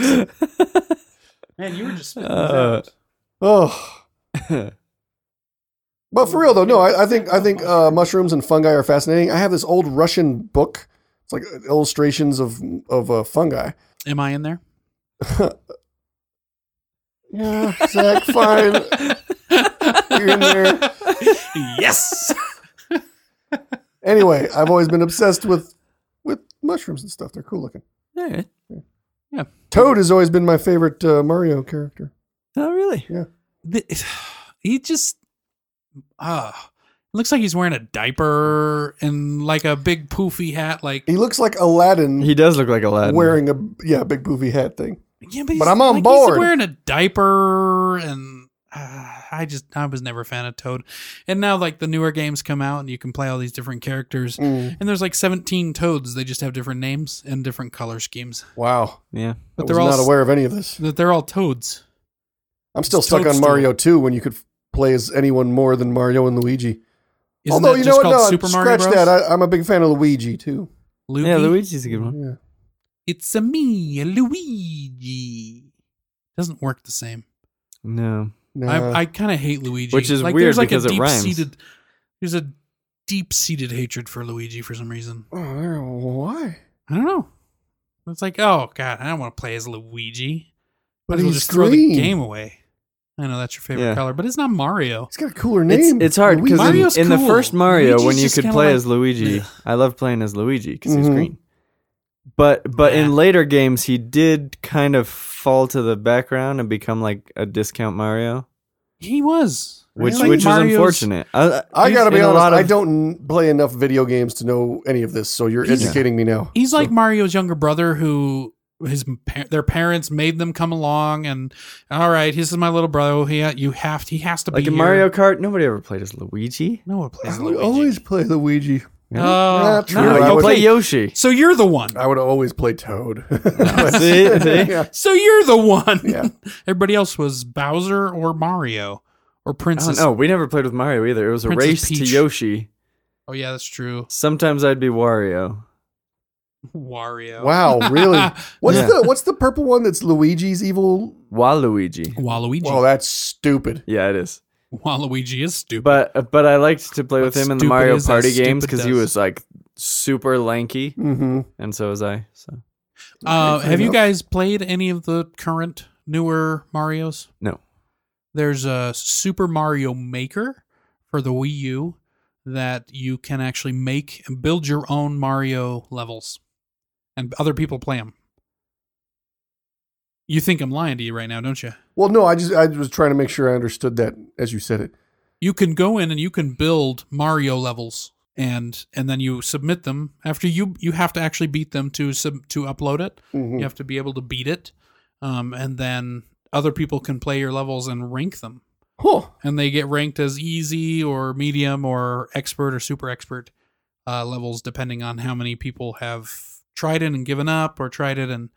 Speaker 2: man, you were just spitting
Speaker 3: Uh,
Speaker 2: that.
Speaker 4: Oh. But for real though, no, I, I think I think uh, mushrooms and fungi are fascinating. I have this old Russian book. It's like uh, illustrations of of uh, fungi.
Speaker 2: Am I in there?
Speaker 4: Yeah, Zach, fine. You're in there.
Speaker 2: yes.
Speaker 4: Anyway, I've always been obsessed with with mushrooms and stuff. They're cool looking.
Speaker 3: All right.
Speaker 4: Toad has always been my favorite uh, Mario character.
Speaker 3: Oh, really?
Speaker 2: The- He just uh looks like he's wearing a diaper and like a big poofy hat like
Speaker 4: He looks like Aladdin
Speaker 3: He does look like Aladdin.
Speaker 4: wearing a yeah big poofy hat thing.
Speaker 2: Yeah, but, he's,
Speaker 4: But I'm on
Speaker 2: like,
Speaker 4: board.
Speaker 2: He's wearing a diaper, and uh, I just I was never a fan of Toad. And now like the newer games come out, and you can play all these different characters.
Speaker 4: Mm.
Speaker 2: And there's like 17 Toads. They just have different names and different color schemes.
Speaker 4: Wow,
Speaker 3: Yeah.
Speaker 2: But
Speaker 4: but they're
Speaker 2: they're all
Speaker 4: not
Speaker 2: s-
Speaker 4: aware of any of this.
Speaker 2: That they're all Toads.
Speaker 4: I'm still
Speaker 2: It's
Speaker 4: stuck on
Speaker 2: Toadstool.
Speaker 4: Mario 2 when you could f- play as anyone more than Mario and Luigi.
Speaker 2: Isn't
Speaker 4: Although
Speaker 2: that
Speaker 4: you
Speaker 2: just
Speaker 4: know what?
Speaker 2: called
Speaker 4: No,
Speaker 2: Super Mario
Speaker 4: scratch
Speaker 2: Bros?
Speaker 4: that. I, I'm a big fan of Luigi too.
Speaker 2: Luigi?
Speaker 3: Yeah, Luigi's a
Speaker 2: Uh-huh.
Speaker 3: good one.
Speaker 4: Yeah.
Speaker 2: It's a me, Luigi. Doesn't work the same.
Speaker 3: No.
Speaker 4: Nah.
Speaker 2: I, I kind of hate Luigi,
Speaker 3: Which is
Speaker 2: like,
Speaker 3: weird
Speaker 2: there's like
Speaker 3: because
Speaker 2: a
Speaker 3: it rhymes.
Speaker 2: deep-seated- There's a deep-seated hatred for Luigi for some reason.
Speaker 4: Oh, there- why?
Speaker 2: I don't know. It's like, oh god, I don't want to play as Luigi. Might
Speaker 4: But
Speaker 2: as well
Speaker 4: he's
Speaker 2: just throw the
Speaker 4: green.
Speaker 2: game away. I know that's your favorite
Speaker 3: Yeah.
Speaker 2: color, but it's not Mario.
Speaker 4: He's got a cooler name.
Speaker 3: It's, it's hard because
Speaker 4: Luigi.
Speaker 2: Mario's
Speaker 3: in, in the
Speaker 2: cool.
Speaker 3: first Mario,
Speaker 2: Luigi's
Speaker 3: when you
Speaker 2: just
Speaker 3: could
Speaker 2: kinda
Speaker 3: play
Speaker 2: like-
Speaker 3: as Luigi,
Speaker 2: Ugh.
Speaker 3: I loved playing as Luigi because he was
Speaker 4: Mhm.
Speaker 3: green. But but in
Speaker 2: Nah.
Speaker 3: later games, he did kind of fall to the background and become like a discount Mario,
Speaker 2: He was.
Speaker 3: which
Speaker 2: Like
Speaker 3: which
Speaker 2: Mario's-
Speaker 3: is unfortunate.
Speaker 2: uh,
Speaker 3: I,
Speaker 4: I gotta
Speaker 3: in
Speaker 4: be
Speaker 3: a
Speaker 4: honest.
Speaker 3: lot
Speaker 4: I
Speaker 3: of-
Speaker 4: don't n- play enough video games to know any of this, so you're
Speaker 2: He's-
Speaker 4: educating me now.
Speaker 2: He's
Speaker 4: So-
Speaker 2: like Mario's younger brother who his par- their parents made them come along and all right, this is my little brother. Oh, He you have to, he has to
Speaker 3: like
Speaker 2: be
Speaker 3: in
Speaker 2: here."
Speaker 3: Mario Kart. Nobody ever played as Luigi.
Speaker 2: No one plays
Speaker 4: I
Speaker 2: Luigi.
Speaker 4: would always play Luigi.
Speaker 2: Oh,
Speaker 4: Not
Speaker 2: no,
Speaker 4: true.
Speaker 2: you
Speaker 4: I
Speaker 3: you
Speaker 4: would-
Speaker 3: play
Speaker 2: play-
Speaker 3: Yoshi.
Speaker 2: So you're the one.
Speaker 3: Uh,
Speaker 4: I would always play Toad.
Speaker 3: See? See?
Speaker 4: Yeah.
Speaker 2: So you're the one.
Speaker 4: Yeah.
Speaker 2: Everybody else was Bowser or Mario or
Speaker 3: I don't
Speaker 2: Princess.
Speaker 3: know. We never played with Mario either. It was a
Speaker 2: Princess
Speaker 3: race to
Speaker 2: Peach.
Speaker 3: Yoshi.
Speaker 2: Oh yeah, that's true.
Speaker 3: Sometimes I'd be Wario.
Speaker 2: Wario.
Speaker 4: Wow, really? What's
Speaker 3: Yeah.
Speaker 4: the what's the purple one that's Luigi's evil?
Speaker 3: Waluigi.
Speaker 2: Waluigi.
Speaker 4: Well, that's stupid.
Speaker 3: Yeah, it is.
Speaker 2: Waluigi is stupid.
Speaker 3: But uh, but I liked to play with
Speaker 2: What's
Speaker 3: him in the
Speaker 2: stupid
Speaker 3: Mario
Speaker 2: is that
Speaker 3: Party games
Speaker 2: stupid
Speaker 3: because he
Speaker 2: does.
Speaker 3: was like super lanky,
Speaker 4: Mm-hmm.
Speaker 3: and so was I. So
Speaker 2: uh,
Speaker 4: fair
Speaker 2: have you
Speaker 4: enough.
Speaker 2: guys played any of the current newer Mario's?
Speaker 3: No.
Speaker 2: There's a Super Mario Maker for the Wii U that you can actually make and build your own Mario levels, and other people play them. You think I'm lying to you right now, don't you?
Speaker 4: Well, no, I just I was trying to make sure I understood that as you said it.
Speaker 2: you can go in and you can build Mario levels and and then you submit them after you you have to actually beat them to sub, to upload it
Speaker 4: Mm-hmm.
Speaker 2: you have to be able to beat it um, and then other people can play your levels and rank them
Speaker 4: Huh.
Speaker 2: and they get ranked as easy or medium or expert or super expert uh, levels depending on how many people have tried it and given up or tried it and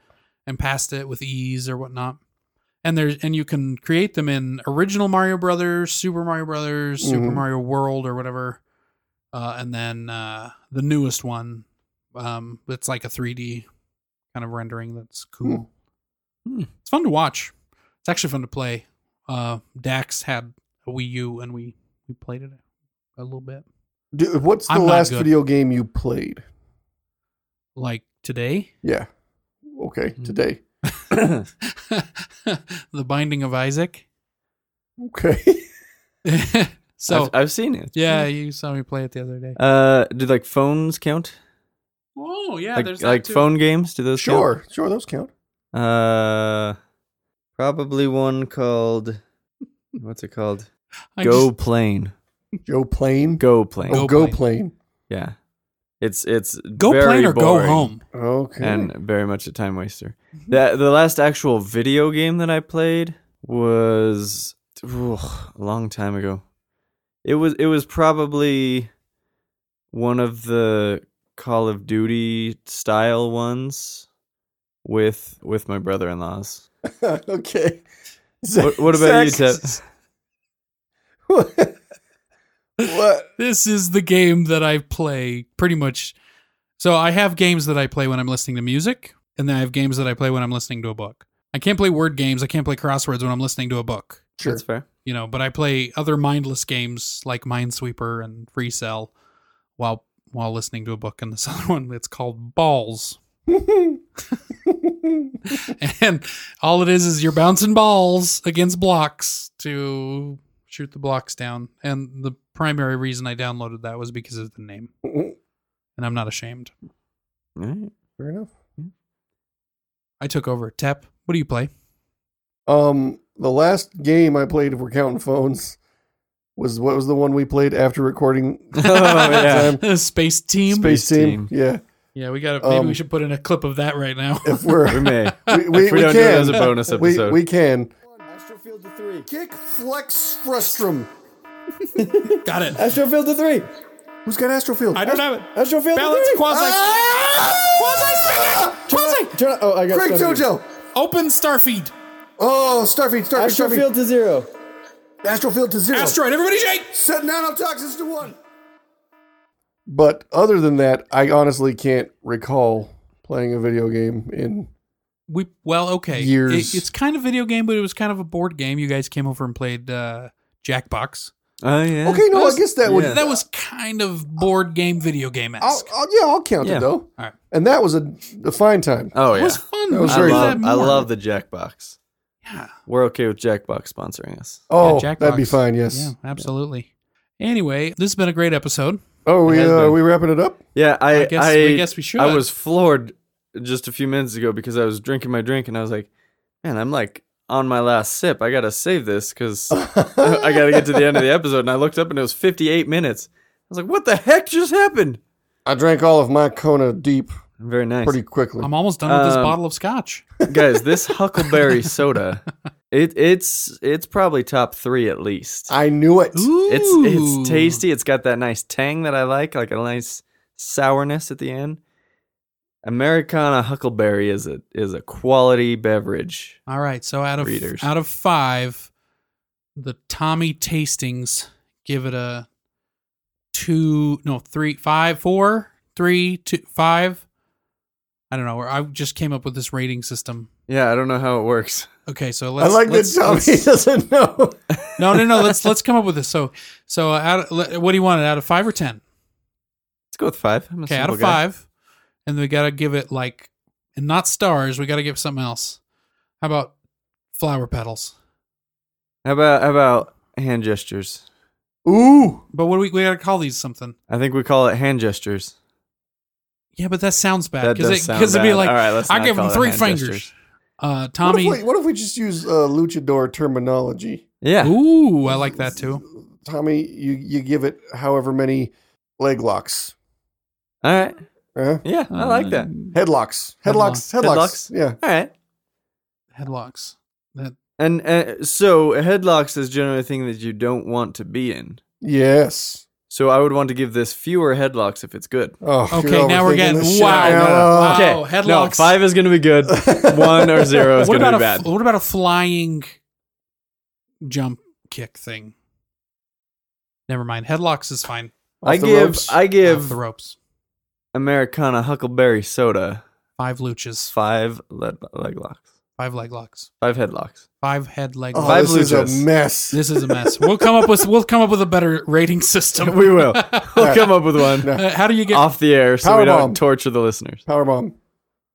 Speaker 2: and passed it with ease or whatnot and there's and you can create them in original mario brothers super mario brothers super
Speaker 3: Mm-hmm.
Speaker 4: Mhm.
Speaker 2: mario world or whatever uh, and then uh, the newest one um, that's like a 3d kind of rendering that's cool
Speaker 3: Hmm.
Speaker 2: it's fun to watch it's actually fun to play uh, dax had a wii u and we we played it a little bit
Speaker 4: Dude, what's the
Speaker 2: I'm not
Speaker 4: last
Speaker 2: good.
Speaker 4: video game you played?
Speaker 2: like today
Speaker 4: Yeah. Okay,
Speaker 3: Hmm.
Speaker 4: today.
Speaker 2: the binding of isaac
Speaker 4: Okay.
Speaker 2: so
Speaker 3: I've, I've seen it.
Speaker 2: yeah you saw me play it the other day
Speaker 3: Uh, do like phones count?
Speaker 2: oh yeah
Speaker 3: like
Speaker 2: there's that
Speaker 3: like
Speaker 2: too.
Speaker 3: phone games? Do those count?
Speaker 4: sure, sure, those count.
Speaker 3: Uh, probably one called what's it called?
Speaker 2: I
Speaker 3: Go
Speaker 2: just-
Speaker 3: plane.
Speaker 4: Joe Plane.
Speaker 3: Go plane.
Speaker 4: oh,
Speaker 2: Go
Speaker 4: Go Plane.
Speaker 3: Yeah, it's it's
Speaker 2: go
Speaker 3: very
Speaker 2: plane or go
Speaker 3: boring
Speaker 2: home
Speaker 4: Okay.
Speaker 3: and very much a time waster.
Speaker 4: Mm-hmm.
Speaker 3: That the last actual video game that I played was ooh, a long time ago. It was it was probably one of the Call of Duty style ones with with my brother in laws.
Speaker 4: okay.
Speaker 3: What, what about you, Tip?
Speaker 4: Zach- what? what?
Speaker 2: this is the game that I play pretty much. So I have games that I play when I'm listening to music, and then I have games that I play when I'm listening to a book. I can't play word games. I can't play crosswords when I'm listening to a book.
Speaker 4: Sure.
Speaker 3: That's fair.
Speaker 2: you know but i play other mindless games like minesweeper and free cell while while listening to a book and this other one that's called balls and all it is is you're bouncing balls against blocks to shoot the blocks down and the primary reason i downloaded that was because of the name
Speaker 4: Fair
Speaker 2: and i'm not ashamed
Speaker 3: All right.
Speaker 4: enough.
Speaker 2: i took over tap what do you play
Speaker 4: Um, the last game I played, if we're counting phones, was what was the one we played after recording
Speaker 3: Oh, yeah.
Speaker 2: space team
Speaker 4: Um, Space Team.
Speaker 3: Team.
Speaker 4: Yeah,
Speaker 2: yeah we gotta maybe
Speaker 4: Um,
Speaker 2: we should put in a clip of that right now
Speaker 4: if we're
Speaker 3: We may.
Speaker 4: we, we,
Speaker 3: if we,
Speaker 4: we
Speaker 3: don't do it
Speaker 4: can
Speaker 3: as a bonus
Speaker 4: we,
Speaker 3: episode.
Speaker 4: we can
Speaker 6: Astrofield to three.
Speaker 4: kick flex frustrum.
Speaker 2: got it
Speaker 6: Astrofield to three.
Speaker 4: Who's got Astrofield?
Speaker 2: i don't have it
Speaker 6: Astrofield
Speaker 2: balance
Speaker 6: to three.
Speaker 2: quasi
Speaker 4: Ah!
Speaker 6: Quasi. Turn, oh, I got
Speaker 4: Craig
Speaker 6: Starfield.
Speaker 4: Jojo.
Speaker 2: Open Starfeed.
Speaker 4: Oh, Starfeed, Starfeed, Starfeed.
Speaker 6: Astrofield to zero.
Speaker 4: Astrofield to zero.
Speaker 2: Asteroid. Everybody shake.
Speaker 4: Setting nanotoxins to one. But other than that, I honestly can't recall playing a video game in.
Speaker 2: We well, okay.
Speaker 4: Years.
Speaker 2: It- it's kind of video game, but it was kind of a board game. You guys came over and played uh, Jackbox.
Speaker 3: oh yeah.
Speaker 4: Okay, no, I guess that would.
Speaker 3: Oh, Yeah. Oh,
Speaker 2: That was kind of board game, video game
Speaker 4: I'll,
Speaker 2: esque.
Speaker 4: I'll, yeah, I'll count
Speaker 3: Yeah.
Speaker 4: it though.
Speaker 2: Alright.
Speaker 4: And that was a, a fine time.
Speaker 3: Oh
Speaker 2: It
Speaker 3: yeah.
Speaker 2: was fun.
Speaker 4: That was
Speaker 2: We
Speaker 3: I
Speaker 4: very
Speaker 2: should do
Speaker 3: love,
Speaker 2: that
Speaker 3: I
Speaker 2: more.
Speaker 3: love the Jackbox.
Speaker 2: Yeah.
Speaker 3: We're okay with Jackbox sponsoring us.
Speaker 4: Oh,
Speaker 2: Yeah, Jackbox.
Speaker 4: that'd be fine. Yes.
Speaker 2: Yeah, absolutely. Anyway, this has been a great episode.
Speaker 4: Oh, we
Speaker 3: It has
Speaker 4: uh,
Speaker 3: been.
Speaker 4: we wrapping it up.
Speaker 3: Yeah, I
Speaker 2: I guess
Speaker 3: I,
Speaker 2: we guess we should.
Speaker 3: I was floored just a few minutes ago because I was drinking my drink and I was like, man, I'm like on my last sip. I gotta save this because I gotta get to the end of the episode. And I looked up and it was 58 minutes. I was like, what the heck just happened?
Speaker 4: I drank all of my Kona deep
Speaker 3: Very nice,
Speaker 4: pretty quickly.
Speaker 2: I'm almost done with this
Speaker 3: Um,
Speaker 2: bottle of scotch.
Speaker 3: guys. This Huckleberry soda, it it's it's probably top three at least.
Speaker 4: I knew it.
Speaker 2: Ooh.
Speaker 3: It's it's tasty. It's got that nice tang that I like, like a nice sourness at the end. Americana Huckleberry is a is a quality beverage.
Speaker 2: All right. So out of
Speaker 3: Readers.
Speaker 2: out of five, the Tommy tastings give it a two, no three, five, four, three, two, five. I don't know. I just came up with this rating system.
Speaker 3: Yeah, I don't know how it works.
Speaker 2: Okay, so
Speaker 4: I
Speaker 2: let's.
Speaker 4: like that
Speaker 2: let's-
Speaker 4: Tommy
Speaker 2: let's-
Speaker 4: doesn't know.
Speaker 2: No, no, no. Let's let's come up with this. So, so out. Of, le- what do you want? Out of five or ten?
Speaker 3: Let's go with five. I'm a
Speaker 2: Okay, out
Speaker 3: simple
Speaker 2: of
Speaker 3: guy.
Speaker 2: five, and we gotta give it like, and not stars. We gotta give something else. How about flower petals?
Speaker 3: How about how about hand gestures?
Speaker 4: Ooh,
Speaker 2: But what do we we gotta call these something?
Speaker 3: I think we call it hand gestures.
Speaker 2: Yeah, but that sounds bad
Speaker 3: That does
Speaker 2: because
Speaker 3: sound
Speaker 2: it'd be
Speaker 3: bad.
Speaker 2: like
Speaker 3: All right, let's
Speaker 2: I
Speaker 3: not
Speaker 2: give
Speaker 3: call
Speaker 2: him
Speaker 3: it
Speaker 2: three
Speaker 3: hand
Speaker 2: fingers.
Speaker 3: gestures.
Speaker 2: Uh, Tommy.
Speaker 4: What if, we, what if we just use uh, luchador terminology?
Speaker 3: Yeah,
Speaker 2: Ooh, I like that too.
Speaker 4: Tommy, you you give it however many leg locks,
Speaker 3: all right.
Speaker 4: uh,
Speaker 3: Yeah, I like that.
Speaker 2: Um,
Speaker 4: headlocks, headlocks, headlocks.
Speaker 3: Headlocks.
Speaker 4: Yeah,
Speaker 3: All right.
Speaker 2: Headlocks. That
Speaker 3: And uh, so headlocks is generally a thing that you don't want to be in.
Speaker 4: yes.
Speaker 3: So I would want to give this fewer headlocks if it's good.
Speaker 4: Oh, you're
Speaker 2: okay. Now we're
Speaker 4: overthinking
Speaker 2: getting
Speaker 4: this shit.
Speaker 2: wow.
Speaker 4: Uh,
Speaker 2: wow.
Speaker 3: Okay,
Speaker 2: Headlocks.
Speaker 3: No, five is going to be good. One or zero is
Speaker 2: What
Speaker 3: going to
Speaker 2: about
Speaker 3: be
Speaker 2: a
Speaker 3: bad.
Speaker 2: what about a flying jump kick thing? Never mind. Headlocks is fine.
Speaker 4: Off
Speaker 3: I
Speaker 4: the
Speaker 3: give
Speaker 4: ropes.
Speaker 3: I
Speaker 2: Off
Speaker 3: give
Speaker 2: the ropes.
Speaker 3: Americana Huckleberry Soda
Speaker 2: Five luches.
Speaker 3: five leg, leg locks,
Speaker 2: Five leg locks.
Speaker 3: five headlocks.
Speaker 2: Five head leg.
Speaker 4: Oh,
Speaker 2: locks.
Speaker 3: Five
Speaker 4: this is a
Speaker 3: luchas.
Speaker 4: mess.
Speaker 2: This is a mess. we'll come up with we'll come up with a better rating system.
Speaker 3: We will. We'll come up with one
Speaker 2: Uh, how do you get
Speaker 3: off the air so we don't
Speaker 4: Powerbomb.
Speaker 3: torture the listeners.
Speaker 4: Powerbomb.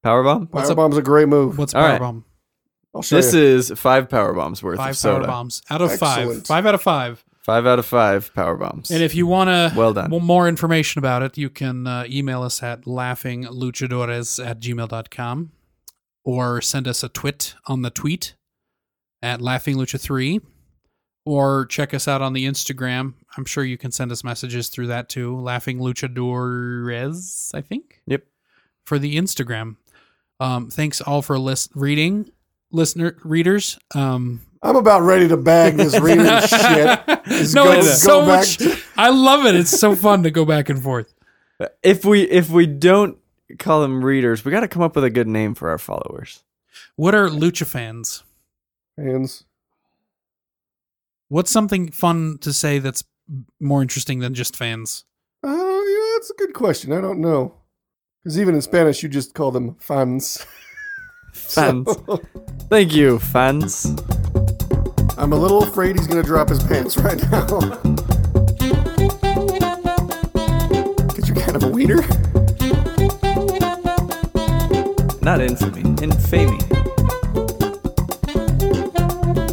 Speaker 3: Powerbomb.
Speaker 2: What's up?
Speaker 4: Powerbomb's a great move.
Speaker 2: what's
Speaker 3: All
Speaker 2: power
Speaker 3: right.
Speaker 2: bomb?
Speaker 4: I'll show
Speaker 3: This
Speaker 4: you.
Speaker 3: is five power bombs worth
Speaker 2: Five
Speaker 3: of
Speaker 2: power
Speaker 3: soda.
Speaker 2: bombs out of five.
Speaker 4: Excellent.
Speaker 2: Five out of five.
Speaker 3: Five out of five power bombs.
Speaker 2: And if you want to
Speaker 3: Well done.
Speaker 2: more information about it, you can uh, email us at laughingluchadores at gmail.com or send us a twit on the tweet at laughinglucha3 or check us out on the Instagram. I'm sure you can send us messages through that too. Laughing Luchadores, I think.
Speaker 3: Yep.
Speaker 2: For the Instagram. Um, thanks all for list- reading, listener readers. Um,
Speaker 4: I'm about ready to bag this reading shit. Just
Speaker 2: no,
Speaker 4: go-
Speaker 2: it's
Speaker 4: go
Speaker 2: so
Speaker 4: back
Speaker 2: much.
Speaker 4: to-
Speaker 2: I love it. It's so fun to go back and forth.
Speaker 3: if we if we don't call them readers, we got to come up with a good name for our followers.
Speaker 2: What are lucha fans?
Speaker 4: Hands.
Speaker 2: What's something fun to say that's more interesting than just fans?
Speaker 4: Oh, yeah, that's a good question. I don't know. Because even in Spanish, you just call them fans.
Speaker 3: Fans. Thank you, fans.
Speaker 4: I'm a little afraid he's gonna drop his pants right now. Cause you're kind of a wiener.
Speaker 3: Not infamy, infamy.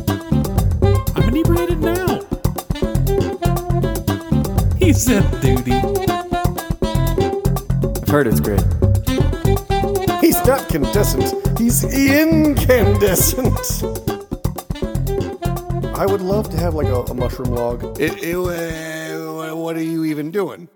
Speaker 2: I'm inebriated now. He said duty.
Speaker 3: I've heard it's great.
Speaker 4: He's not contestant. He's incandescent. I would love to have like a, a mushroom log. It, it, uh, what are you even doing?